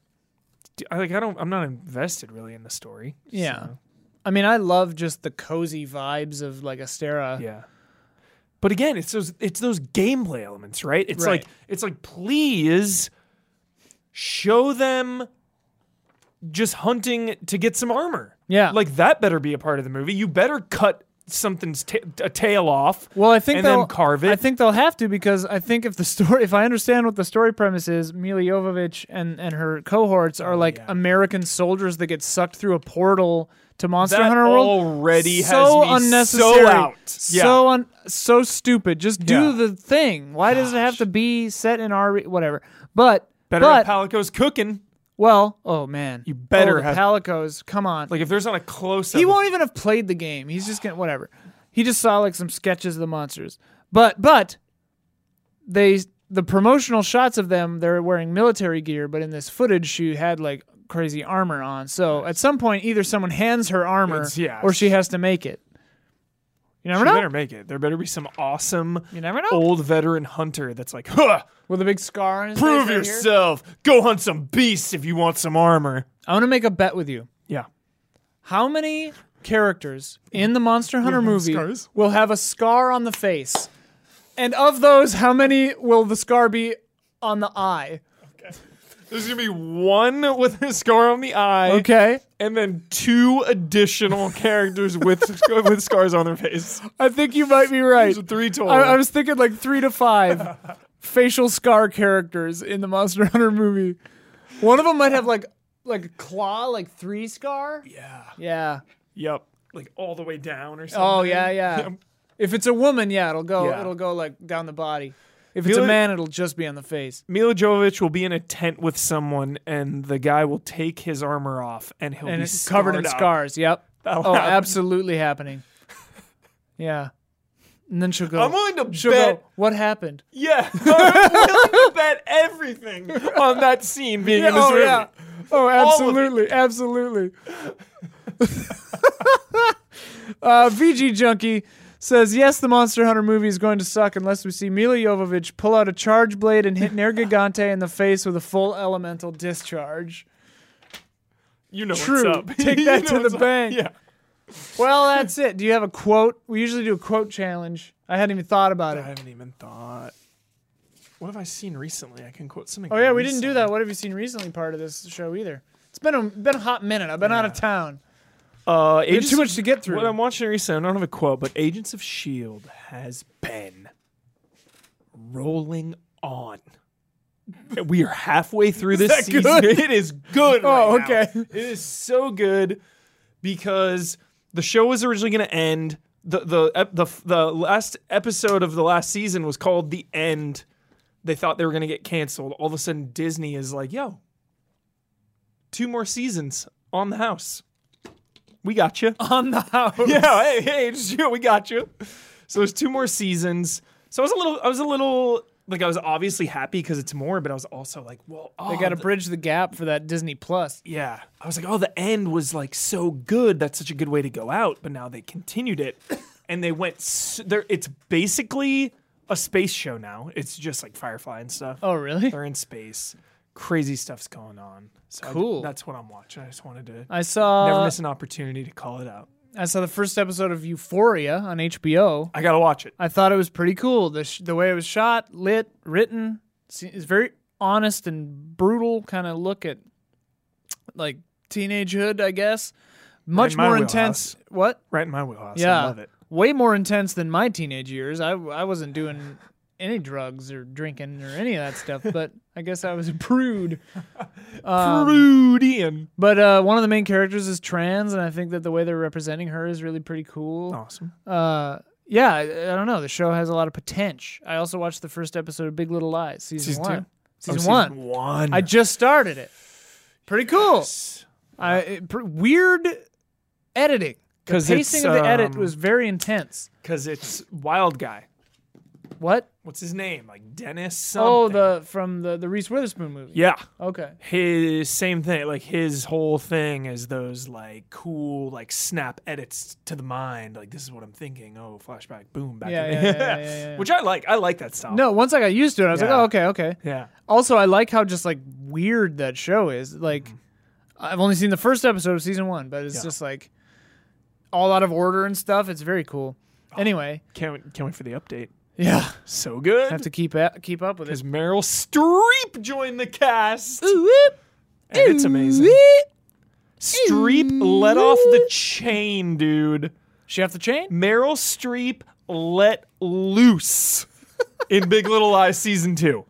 D- I- Like I don't I'm not invested really in the story.
Yeah.
so,
I mean, I love just the cozy vibes of like Astera.
yeah. But again, it's those it's those gameplay elements, right? It's
Right.
like it's like please show them just hunting to get some armor.
Yeah.
Like that better be a part of the movie. You better cut something's ta- a tail off.
Well, I think
and then
they'll-
carve it.
I think they'll have to because I think if the story, if I understand what the story premise is, Mila Jovovich and and her cohorts are like
Oh, yeah.
American soldiers that get sucked through a portal to Monster
that
Hunter World.
already has
so
me
unnecessary,
so out. Yeah.
so un- so stupid. Just do
Yeah.
the thing. Why does it have to be set in our re- whatever? But
better
but
if Palico's cooking.
well, oh man, you
better
oh, the
have-
Palicos. Come on,
Like if there's not a close up,
He won't even have played the game. He's just gonna whatever. He just saw like some sketches of the monsters. But but they the promotional shots of them, they're wearing military gear, but in this footage she had like crazy armor on. So at some point either someone hands her armor
It's- yeah.
or she has to make it. You
She
never know.
better Oh. make it. There better be some awesome
You never know.
old veteran hunter that's like, huh,
With a big scar on his
prove
face right here.
yourself. Go hunt some beasts if you want some armor.
I want to make a bet with you.
Yeah.
How many characters in the Monster Hunter
have
movie
scars?
will have a scar on the face? And of those, how many will the scar be on the eye?
There's gonna be one with a scar on the eye,
Okay.
and then two
<laughs>
additional characters with with scars on their face.
I think you might be right.
So three total.
I, I was thinking like three
<laughs>
to five facial scar characters in the Monster Hunter movie. One of them might have like like a claw, like three scar.
yeah.
Yeah.
Yep. Like all the way down or something.
Oh yeah, yeah. If it's a woman, yeah, it'll go
Yeah.
it'll go like down the body. If it's a
Really-
man, it'll just be on the face.
Mila Jovovich will be in a tent with someone, and the guy will take his armor off, and he'll
and
be
it's covered
scarred
in
up.
scars. Yep.
<laughs> That'll
oh,
happen.
absolutely happening. Yeah. And then she'll go.
I'm willing to
she'll
bet.
go. What happened?
<laughs> Yeah, I'm willing to bet
<laughs>
everything on that scene being in this movie. oh,
Oh,
of it.
absolutely, absolutely. <laughs> uh, VG Junkie says yes. The Monster Hunter movie is going to suck unless we see Mila Jovovich pull out a charge blade and hit
<laughs>
Ner Gigante in the face with a full elemental discharge.
You know
True.
what's up. <laughs>
Take
You
that
know
to the
what's up.
bank.
Yeah.
Well, that's it. Do you have a quote? We usually do a quote challenge. I hadn't even thought about
I
it.
haven't even thought. What have I seen recently? I can quote something.
Oh yeah, we didn't do that. What have you seen recently? Part of this show either. It's been a been a hot minute. I've been out of town.
Uh,
There's
Agents,
too much to get through.
What I'm watching recently, I don't have a quote, but Agents of Shield E has been rolling on. We are halfway through this
that
season.
good?
It is good.
Oh,
right now.
okay.
It is so good because the show was originally going to end. The, the ep- the the last episode of the last season was called the end. They thought they were going to get canceled. All of a sudden, Disney is like, "Yo, two more seasons on the house. We got you."
<laughs> on the house.
yeah, hey, hey, <laughs> it's you. We got you. So there's two more seasons. So I was a little, I was a little like I was obviously happy because it's more, but I was also like, well, oh,
They got to
the-
bridge the gap for that Disney Plus.
yeah. I was like, oh, the end was like so good. That's such a good way to go out. But now they continued it, <coughs> and they went. s there, it's basically a space show now. It's just like Firefly and stuff.
Oh, really?
They're in space. Crazy stuff's going on. So I-
Cool. Uh,
that's what I'm watching. I just wanted to
I
never
saw
miss an opportunity to call it out.
I saw the first episode of Euphoria on HBO.
I gotta watch it.
I thought it was pretty cool. The sh- the way it was shot, lit, written, se- it's very honest and brutal kind of look at like teenagehood, I guess. Much
in my
more intense.
wheelhouse.
What?
Right in my wheelhouse. I love it.
Way more intense than my teenage years. I I wasn't doing any drugs or drinking or any of that
<laughs>
stuff, but I guess I was a prude. Um,
Prudian.
But uh, one of the main characters is trans, and I think that the way they're representing her is really pretty cool.
Awesome.
Uh, yeah, I, I don't know. The show has a lot of potential. I also watched the first episode of Big Little Lies, season,
Season two?
one. Season
Oh,
one.
One.
I just started it. Pretty cool.
just
I it, pr- weird editing. The
'Cause it's,
pacing of the edit
um,
was very intense.
because it's Wild Guy.
What?
What's his name? Like Dennis. Something.
Oh, the from the the Reese Witherspoon movie.
yeah.
Okay.
His same thing. Like his whole thing is those like cool like snap edits to the mind. Like this is what I'm thinking. Oh, flashback. Boom. Back.
Yeah,
in-
yeah, yeah,
<laughs>
yeah, yeah, yeah.
Which I like. I like that style.
No, once I got used to it, I was like,
Yeah.
oh, okay, okay.
Yeah.
Also, I like how just like weird that show is. Like, I've only seen the first episode of season one, but it's
Yeah.
just like all out of order and stuff. It's very cool. Anyway,
Can't can't wait for the update.
yeah,
So good.
have to keep a- keep up with it. <laughs>
Because Meryl Streep joined the cast. And it's amazing. Streep let off the chain, dude.
She off the chain?
Meryl Streep let loose in Big Little Lies season two.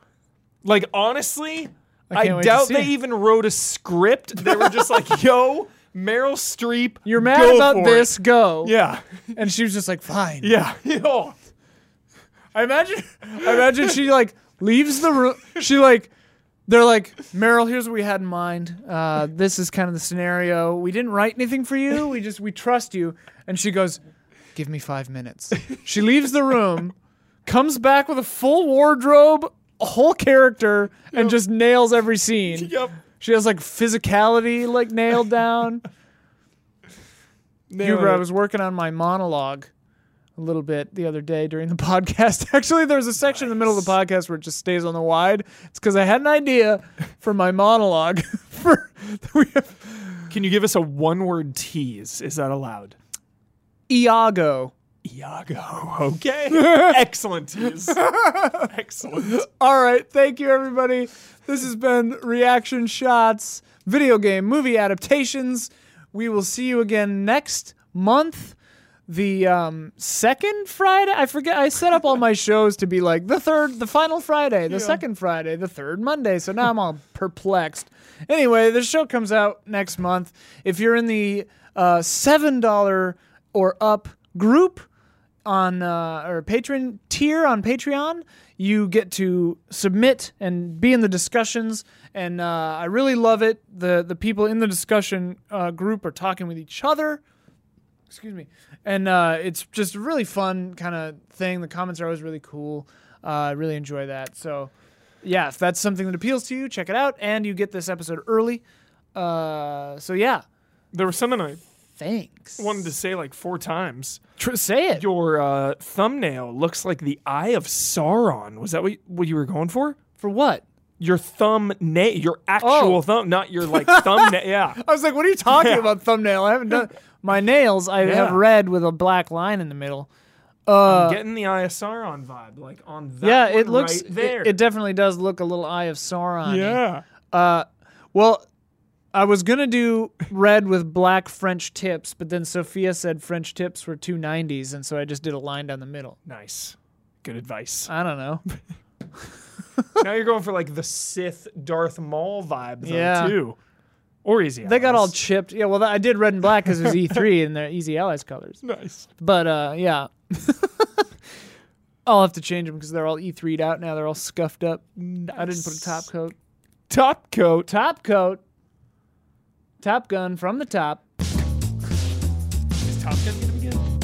Like, honestly, I,
can't wait to
doubt
see
they
it.
even wrote a script. They were just
<laughs>
like, yo, Meryl Streep.
You're mad
go for
about
it."
this? Go.
Yeah.
And she was just like, fine.
Yeah. <laughs> Yo.
I imagine, I imagine she like leaves the room. She like, they're like, Meryl, here's what we had in mind. Uh, this is kind of the scenario. We didn't write anything for you. We just we trust you. And she goes, give me five minutes. She leaves the room, comes back with a full wardrobe, a whole character, and just nails every scene.
Yep.
She has like physicality like nailed down.
Nailing
Huber, I
it.
was working on my monologue a little bit the other day during the <laughs> podcast. Actually, there's a section in the middle of the podcast where it just stays on the wide. It's because I had an idea for my monologue. <laughs> for we have
Can you give us a one word tease? Is that allowed?
Iago.
Iago. <laughs>
<laughs>
Okay. Excellent tease. Excellent.
All right, thank you everybody. This has been Reaction Shots, video game movie adaptations. We will see you again next month. The um, second Friday, I forget. I set up all my shows to be like the third, the final Friday, the second Friday, the third Monday. So now I'm all perplexed. Anyway, the show comes out next month. If you're in the uh, seven dollar or up group, on uh, or patron tier on Patreon, you get to submit and be in the discussions. And uh, I really love it. the The people in the discussion uh, group are talking with each other. Excuse me, and uh, it's just a really fun kind of thing. The comments are always really cool. Uh, I really enjoy that. So, yeah, if that's something that appeals to you, check it out, and you get this episode early. Uh, so yeah,
There was something I
thanks.
wanted to say like four times.
Tr- say it.
Your uh, thumbnail looks like the Eye of Sauron. Was that what you, what you were going for?
For what?
Your thumbnail, your actual
Oh.
thumb, not your
<laughs>
like thumbnail. Yeah.
I was like, "What are you talking
Yeah.
about? Thumbnail? I
<laughs>
haven't done my nails. I
Yeah.
have red with a black line in the middle.
Getting the Eye of Sauron vibe, like on that.
Uh, yeah, it
one
looks
right there.
It, it definitely does look a little eye of Sauron.
yeah.
Well, I was gonna do red with black French tips, but then Sophia said French tips were two nineties, and so I just did a line down the middle.
Nice. Good advice.
I
<laughs>
don't know.
now you're going for like the Sith Darth Maul vibe though,
Yeah.
too. Or easy.
They got all
Allies.
chipped. Yeah, well, I did red and black because it was
<laughs>
E three and they're Easy Allies colors.
nice.
But uh, yeah, <laughs> I'll have to change them because they're all E 3'd out now. They're all scuffed up. I didn't put a top coat.
Top coat.
Top coat. Top gun from the top.
Is Top Gun gonna be good?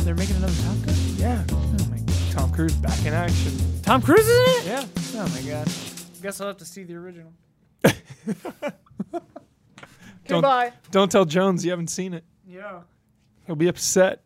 They're making another Top Gun.
Yeah.
Oh my god.
Tom Cruise back in action.
Tom Cruise is in it.
Yeah.
Oh my god. Guess I'll have to see the <laughs> original.
Don't-
Goodbye.
Don't tell Jones you haven't seen it.
Yeah.
He'll be upset.